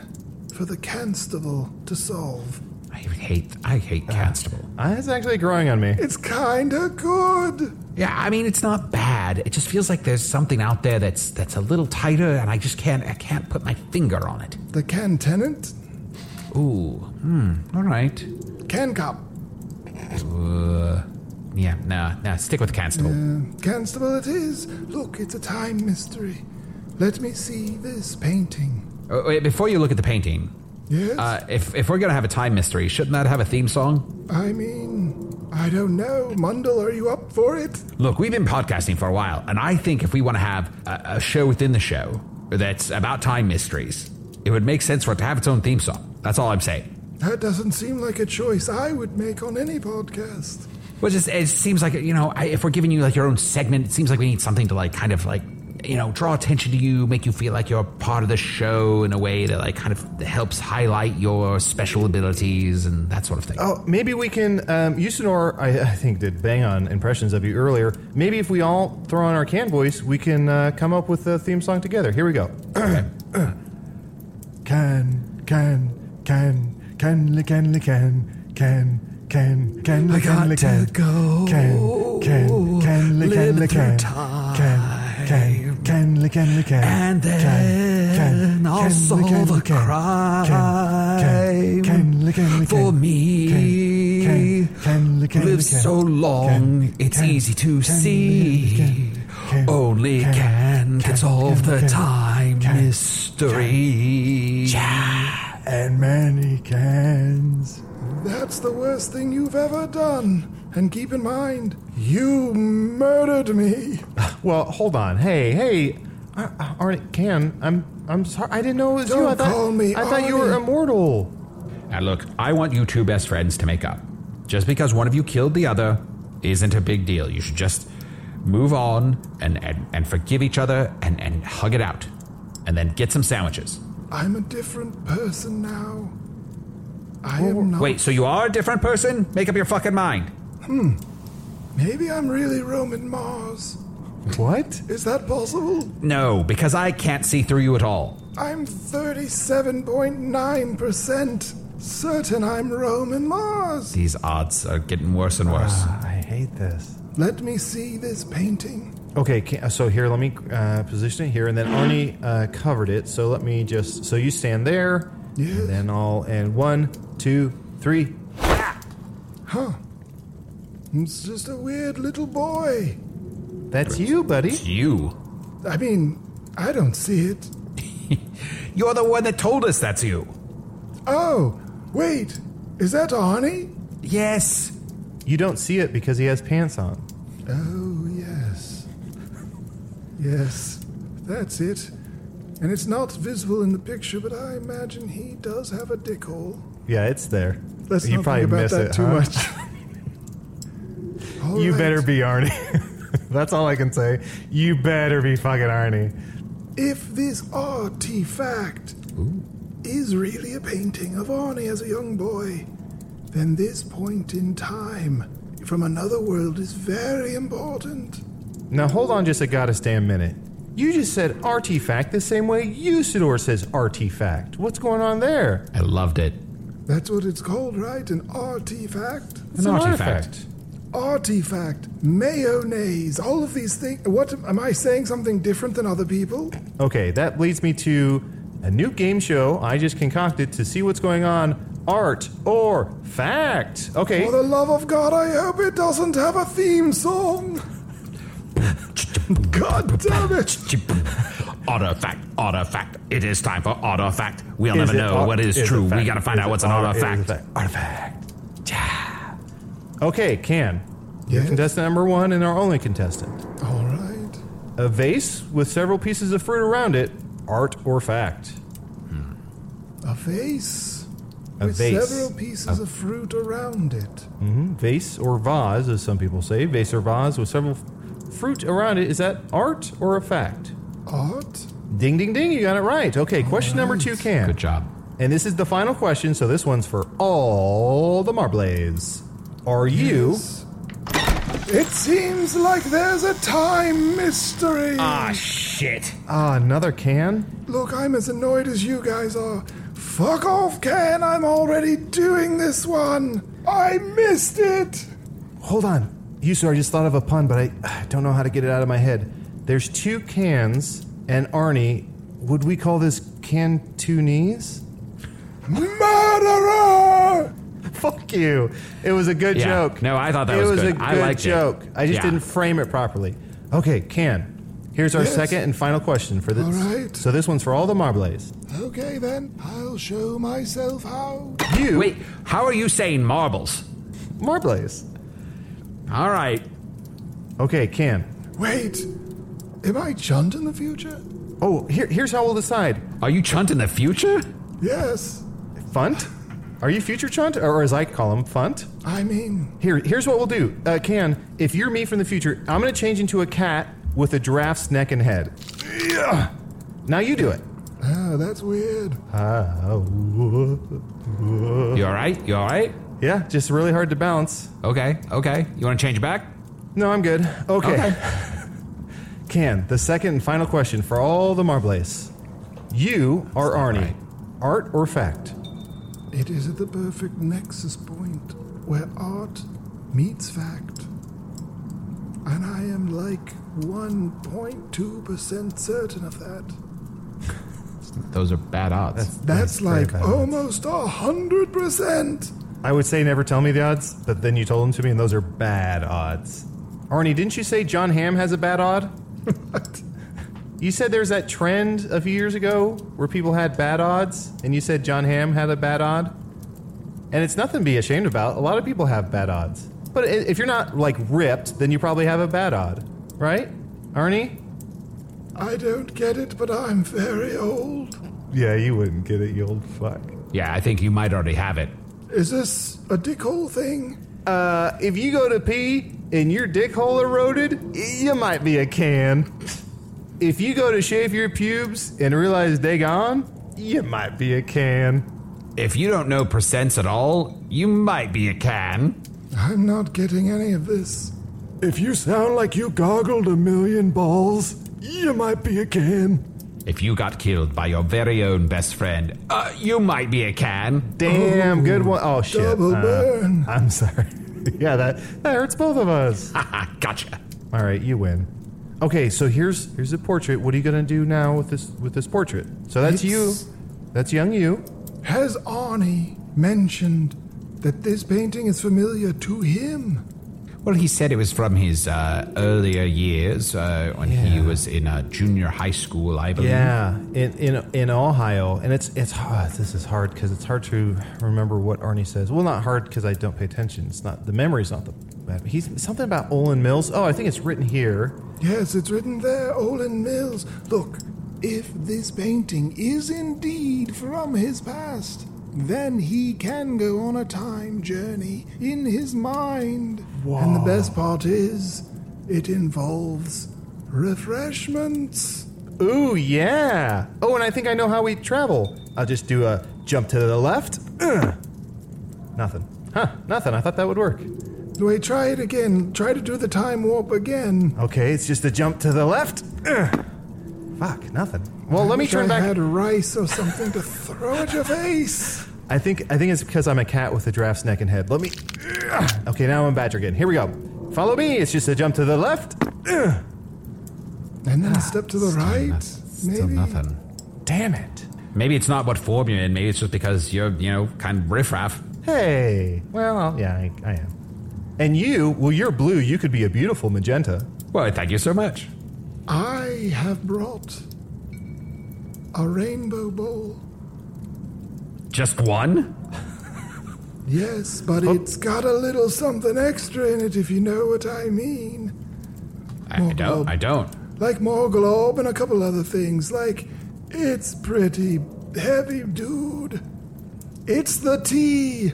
Speaker 3: for the constable to solve.
Speaker 5: I hate, I hate Constable.
Speaker 4: Uh, it's actually growing on me.
Speaker 3: It's kinda good!
Speaker 5: Yeah, I mean it's not bad. It just feels like there's something out there that's that's a little tighter, and I just can't, I can't put my finger on it.
Speaker 3: The can tenant?
Speaker 5: Ooh, hmm. All right.
Speaker 3: Can cop.
Speaker 5: Uh, yeah, nah, nah. Stick with Constable.
Speaker 3: Uh, Constable, it is. Look, it's a time mystery. Let me see this painting.
Speaker 5: Uh, Wait, before you look at the painting,
Speaker 3: Yes?
Speaker 5: uh, if, if we're going to have a time mystery, shouldn't that have a theme song?
Speaker 3: I mean, I don't know. Mundell, are you up for it?
Speaker 5: Look, we've been podcasting for a while, and I think if we want to have a, a show within the show that's about time mysteries, it would make sense for it to have its own theme song. That's all I'm saying.
Speaker 3: That doesn't seem like a choice I would make on any podcast.
Speaker 5: Well, just it seems like you know, I, if we're giving you like your own segment, it seems like we need something to like kind of like you know draw attention to you, make you feel like you're part of the show in a way that like kind of helps highlight your special abilities and that sort of thing.
Speaker 4: Oh, maybe we can. Um, Usador, I, I think, did bang on impressions of you earlier. Maybe if we all throw on our can voice, we can uh, come up with a theme song together. Here we go.
Speaker 3: Can, can, can, can, li- can, li- can, can, can, can, li- can, li- can, go. can, can, can, li- can, li- can, can, can, can, li- can, li- can, and then
Speaker 8: I'll solve a crime for me. Live so long, it's easy to see. Only can can solve the time mystery.
Speaker 3: and many cans. That's the worst thing you've ever done. And keep in mind, you murdered me.
Speaker 4: Well, hold on. Hey, hey, Ar- Arnie, can I'm I'm sorry. I didn't know it was you. I
Speaker 3: Don't
Speaker 4: thought,
Speaker 3: call me
Speaker 4: I thought you were
Speaker 3: Arnie.
Speaker 4: immortal.
Speaker 5: Now, look, I want you two best friends to make up. Just because one of you killed the other isn't a big deal. You should just move on and, and, and forgive each other and, and hug it out. And then get some sandwiches.
Speaker 3: I'm a different person now. I
Speaker 5: Well,
Speaker 3: am not.
Speaker 5: Wait, so you are a different person? Make up your fucking mind.
Speaker 3: Hmm. Maybe I'm really Roman Mars.
Speaker 4: What?
Speaker 3: Is that possible?
Speaker 5: No, because I can't see through you at all.
Speaker 3: I'm 37.9% certain I'm Roman Mars.
Speaker 5: These odds are getting worse and worse.
Speaker 4: I hate this.
Speaker 3: Let me see this painting.
Speaker 4: Okay, can, so here, let me uh, position it here, and then Arnie uh, covered it. So let me just. So you stand there, and then I'll. And one, two, three.
Speaker 3: Huh. It's just a weird little boy.
Speaker 4: That's you, buddy. It's
Speaker 5: you.
Speaker 3: I mean, I don't see it.
Speaker 5: You're the one that told us that's you.
Speaker 3: Oh, wait. Is that Arnie?
Speaker 5: Yes.
Speaker 4: You don't see it because he has pants on.
Speaker 3: Oh, yes. Yes, that's it. And it's not visible in the picture, but I imagine he does have a dick hole.
Speaker 4: Yeah, it's there.
Speaker 3: Let's
Speaker 4: you
Speaker 3: not
Speaker 4: probably
Speaker 3: think about
Speaker 4: miss
Speaker 3: that
Speaker 4: it
Speaker 3: too
Speaker 4: huh? [LAUGHS]
Speaker 3: much. All
Speaker 4: you
Speaker 3: right.
Speaker 4: better be Arnie. [LAUGHS] That's all I can say. You better be fucking Arnie.
Speaker 3: If this artifact is really a painting of Arnie as a young boy, then this point in time from another world is very important.
Speaker 4: Now hold on just a gotta stay a minute. You just said artifact the same way Usador says artifact. What's going on there?
Speaker 5: I loved it.
Speaker 3: That's what it's called, right? An artifact?
Speaker 4: It's an artifact.
Speaker 3: Artifact, mayonnaise, all of these things. What am I saying something different than other people?
Speaker 4: Okay, that leads me to a new game show I just concocted to see what's going on. Art or fact. Okay.
Speaker 3: For the love of God, I hope it doesn't have a theme song. [LAUGHS] God damn it!
Speaker 5: Artifact, artifact. It is time for artifact. We'll
Speaker 4: Is
Speaker 5: never
Speaker 4: it
Speaker 5: know
Speaker 4: ar-
Speaker 5: what is,
Speaker 4: is it
Speaker 5: true. We
Speaker 4: fact?
Speaker 5: gotta find
Speaker 4: Is
Speaker 5: out
Speaker 4: it
Speaker 5: what's an
Speaker 4: ar- is it
Speaker 5: artifact.
Speaker 4: fact? Artifact. Yeah. Okay, can. You're contestant number one and our only contestant.
Speaker 3: All right.
Speaker 4: A vase with several pieces of fruit around it. Art or fact?
Speaker 3: A vase.
Speaker 4: A
Speaker 3: with
Speaker 4: vase.
Speaker 3: several pieces of fruit around it.
Speaker 4: hmm Vase or vase, as some people say. Vase or vase with several f- fruit around it. Is that art or a fact?
Speaker 3: Art?
Speaker 4: Ding, ding, ding. You got it right. Okay, question number two, Can. Good
Speaker 5: job.
Speaker 4: And this is the final question, so this one's for all the Marblades. Are you.
Speaker 3: It seems like there's a time mystery.
Speaker 5: Ah, shit.
Speaker 4: Ah, another can?
Speaker 3: Look, I'm as annoyed as you guys are. Fuck off, Ken. I'm already doing this one. I missed it.
Speaker 4: Hold on. You, sir, I just thought of a pun, but I, I don't know how to get it out of my head. There's two cans, and Arnie, would we call this can two knees?
Speaker 3: Murderer!
Speaker 4: [LAUGHS] Fuck you. It was a good
Speaker 5: Yeah.
Speaker 4: joke.
Speaker 5: No, I thought that
Speaker 4: it
Speaker 5: was
Speaker 4: was
Speaker 5: good.
Speaker 4: a
Speaker 5: I
Speaker 4: good
Speaker 5: liked it.
Speaker 4: joke. I just
Speaker 5: Yeah.
Speaker 4: didn't frame it properly. Okay, can. Here's our
Speaker 3: Yes.
Speaker 4: second and final question for this.
Speaker 3: All right.
Speaker 4: So this one's for all the Marblades.
Speaker 3: Okay, then. I'll show myself how.
Speaker 4: You
Speaker 5: Wait, how are you saying marbles?
Speaker 4: Marblades.
Speaker 5: All right.
Speaker 4: Okay, Can.
Speaker 3: Wait, am I chunt in the future?
Speaker 4: Oh, here, here's how we'll decide.
Speaker 5: Are you Chunt in the future?
Speaker 3: Yes.
Speaker 4: Funt? Are you future Chunt? Or as I call him, Funt?
Speaker 3: I mean,
Speaker 4: Here, here's what we'll do. Uh, Can, if you're me from the future, I'm going to change into a cat with a giraffe's neck and head. Yeah. Now you [LAUGHS] do it.
Speaker 3: ah, that's weird.
Speaker 5: You all right? You all right?
Speaker 4: Yeah, just really hard to balance.
Speaker 5: Okay, okay. You want to change back?
Speaker 4: No, I'm good. Okay. [LAUGHS] Can, the second and final question for all the Marbles. You are Arnie. Art or fact?
Speaker 3: It is at the perfect nexus point where art meets fact. And I am like 1.2% certain of that.
Speaker 5: Those are bad odds. That's,
Speaker 3: That's like almost a hundred percent.
Speaker 4: I would say never tell me the odds, but then you told them to me, and those are bad odds. Arnie, didn't you say John Hamm has a bad [LAUGHS] odd? You said there's that trend a few years ago where people had bad odds, and you said John Hamm had a bad odd. And it's nothing to be ashamed about. A lot of people have bad odds. But i- if you're not, like, ripped, then you probably have a bad odd, right? Arnie?
Speaker 3: I don't get it, but I'm very old.
Speaker 4: Yeah, you wouldn't get it, you old fuck.
Speaker 5: Yeah, I think you might already have it.
Speaker 3: Is this a dickhole thing?
Speaker 4: Uh, if you go to pee and your dick hole eroded, you might be a can. If you go to shave your pubes and realize they gone, you might be a can.
Speaker 5: If you don't know percents at all, you might be a can.
Speaker 3: I'm not getting any of this.
Speaker 9: If you sound like you goggled a million balls, you might be a can.
Speaker 5: If you got killed by your very own best friend, uh, you might be a can. [LAUGHS]
Speaker 4: Damn, good one. Oh shit.
Speaker 5: double burn.
Speaker 4: I'm sorry. [LAUGHS] yeah, that that hurts both of us.
Speaker 5: Ah, gotcha.
Speaker 4: All right, you win. Okay, so here's here's a portrait. What are you gonna do now with this with this portrait? So that's you.
Speaker 3: It's-
Speaker 4: That's young you.
Speaker 3: Has Arnie mentioned that this painting is familiar to him?
Speaker 5: Well, he said it was from his uh, earlier years uh, when he was in uh, junior high school, I believe.
Speaker 4: Yeah, in in in Ohio, and it's it's hard. This is hard because it's hard to remember what Arnie says. Well, not hard because I don't pay attention. It's not the memory's not the bad. He's something about Olin Mills. Oh, I think it's written here.
Speaker 3: Yes, it's written there, Olin Mills. Look, if this painting is indeed from his past, then he can go on a time journey in his mind. And the best part is, it involves refreshments.
Speaker 4: Ooh yeah. Oh, and I think I know how we travel. I'll just do a jump to the left. [CLEARS THROAT] Ugh. Nothing. Huh? Nothing. I thought that would work.
Speaker 3: Wait, try it again. Try to do the time warp again.
Speaker 4: Okay, it's just a jump to the left. [CLEARS THROAT] Ugh. Fuck. Nothing. Well,
Speaker 3: I
Speaker 4: let me
Speaker 3: wish
Speaker 4: turn
Speaker 3: I
Speaker 4: back.
Speaker 3: had rice or something to throw at your face.
Speaker 4: I think I think it's because I'm a cat with a giraffe's neck and head. Let me. [CLEARS THROAT] Okay, now I'm badger again. Here we go. Follow me. It's just a jump to the left. Ah,
Speaker 3: And then step to the right.
Speaker 5: Still nothing.
Speaker 4: Damn it.
Speaker 5: Maybe it's not what form you're in. Maybe it's just because you're, you know, kind of riffraff.
Speaker 4: Hey. Well, I'll- yeah, I, I am. And you, well, you're blue. You could be a beautiful magenta.
Speaker 5: Well, thank you so much.
Speaker 3: I have brought a rainbow bowl.
Speaker 5: Just one?
Speaker 3: Yes, but it's got a little something extra in it, if you know what I mean.
Speaker 5: I, I don't. I don't. [LAUGHS]
Speaker 3: Like more globe and a couple other things. Like, it's pretty heavy, dude. It's the tea.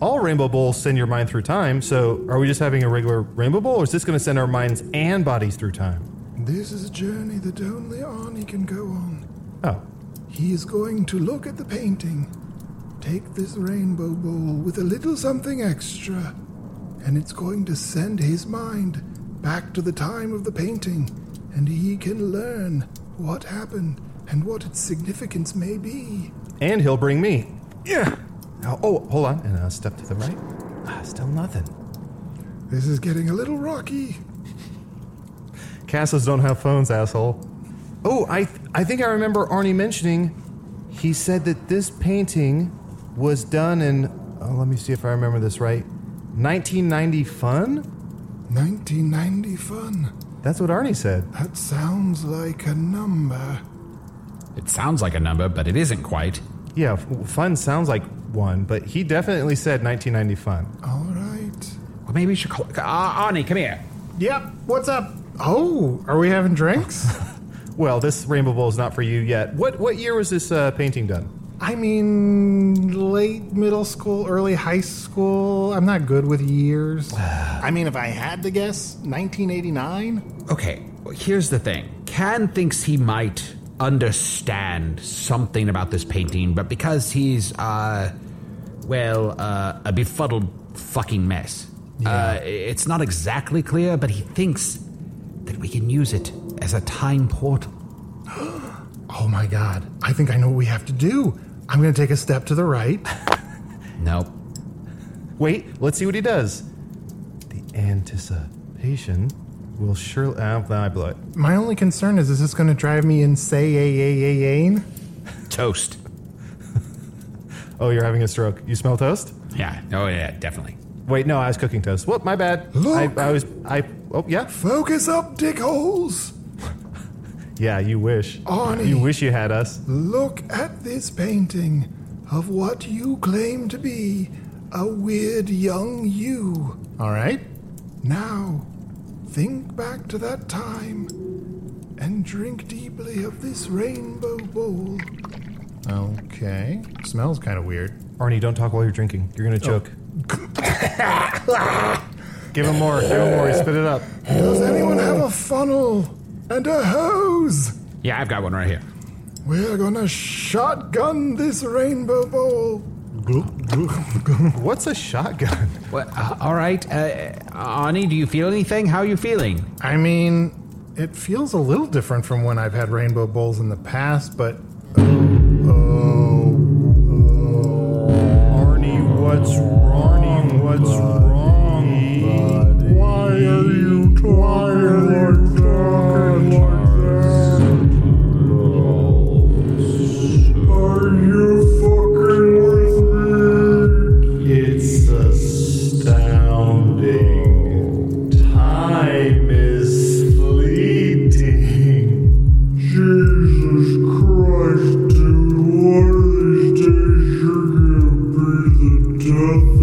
Speaker 4: All rainbow bowls send your mind through time. So, are we just having a regular rainbow bowl, or is this going to send our minds and bodies through time?
Speaker 3: This is a journey that only Arnie can go on.
Speaker 4: Oh.
Speaker 3: He is going to look at the painting, take this rainbow bowl with a little something extra, and it's going to send his mind back to the time of the painting, and he can learn what happened and what its significance may be.
Speaker 4: And he'll bring me. Yeah. Oh, oh, hold on. And a step to the right. Ah, still nothing.
Speaker 3: This is getting a little rocky.
Speaker 4: Castles don't have phones, asshole. Oh, I th- I think I remember Arnie mentioning he said that this painting was done in oh, let me see if I remember this right. 1990 fun?
Speaker 3: 1990 fun.
Speaker 4: That's what Arnie said.
Speaker 3: That sounds like a number.
Speaker 5: It sounds like a number, but it isn't quite.
Speaker 4: Yeah, f- fun sounds like one, but he definitely said 1990 fun.
Speaker 3: All right.
Speaker 5: maybe we should call. Uh, Arnie, come here.
Speaker 10: Yep. What's up? Oh, are we having drinks?
Speaker 3: [LAUGHS]
Speaker 4: well, this Rainbow Bowl is not for you yet. What what year was this uh, painting done?
Speaker 10: I mean, late middle school, early high school. I'm not good with years. [SIGHS] I mean, if I had to guess, 1989?
Speaker 5: Okay, well, here's the thing. Can thinks he might understand something about this painting, but because he's, uh, well, uh, a befuddled fucking mess, uh, it's not exactly clear, but he thinks that we can use it as a time portal.
Speaker 10: Oh my god. I think I know what we have to do. I'm going to take a step to the [LAUGHS] right.
Speaker 5: Nope.
Speaker 4: Wait, let's see what he does. The anticipation will surely. Oh, no, I blew it.
Speaker 10: My only concern is is this going to drive me insane?
Speaker 5: Toast.
Speaker 4: Oh, you're having a stroke. You smell toast?
Speaker 5: Yeah. Oh, yeah, definitely.
Speaker 4: Wait, no, I was cooking toast. Whoop, my bad.
Speaker 3: Look.
Speaker 4: I, I was. I. Oh, yeah.
Speaker 3: Focus up, dick holes.
Speaker 4: Yeah, you wish.
Speaker 3: Arnie.
Speaker 4: You wish you had us.
Speaker 3: Look at this painting of what you claim to be a weird young you.
Speaker 10: All right.
Speaker 3: Now, think back to that time and drink deeply of this rainbow bowl.
Speaker 10: Okay. Smells kind of weird.
Speaker 4: Arnie, don't talk while you're drinking. You're
Speaker 3: Oh.
Speaker 4: gonna choke. give him more. Give him more. He spit it up.
Speaker 3: Does anyone have a funnel and a hose?
Speaker 5: Yeah, I've got one right here.
Speaker 3: We're gonna shotgun this rainbow bowl.
Speaker 10: [LAUGHS]
Speaker 4: What's a shotgun?
Speaker 5: Well, uh, all right, uh, Arnie, do you feel anything? How are you feeling?
Speaker 10: I mean, it feels a little different from when I've had rainbow bowls in the past, but oh,
Speaker 4: Arnie, what's wrong? Arnie, what's wrong?
Speaker 3: Why are you talking like that? Are you fucking with me? It's astounding. Time is fleeting. Jesus Christ, dude, one of these days you're gonna be the death of me.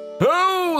Speaker 5: Oh,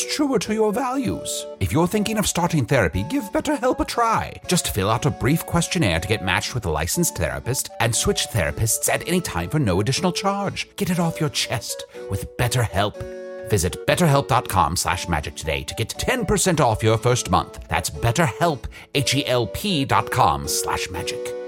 Speaker 5: truer to your values. If you're thinking of starting therapy, give BetterHelp a try. Just fill out a brief questionnaire to get matched with a licensed therapist and switch therapists at any time for no additional charge. Get it off your chest with BetterHelp. Visit betterhelp.com slash magic today to get E 10% off your first month. That's betterhelp, H-E-L-P dot com slash magic.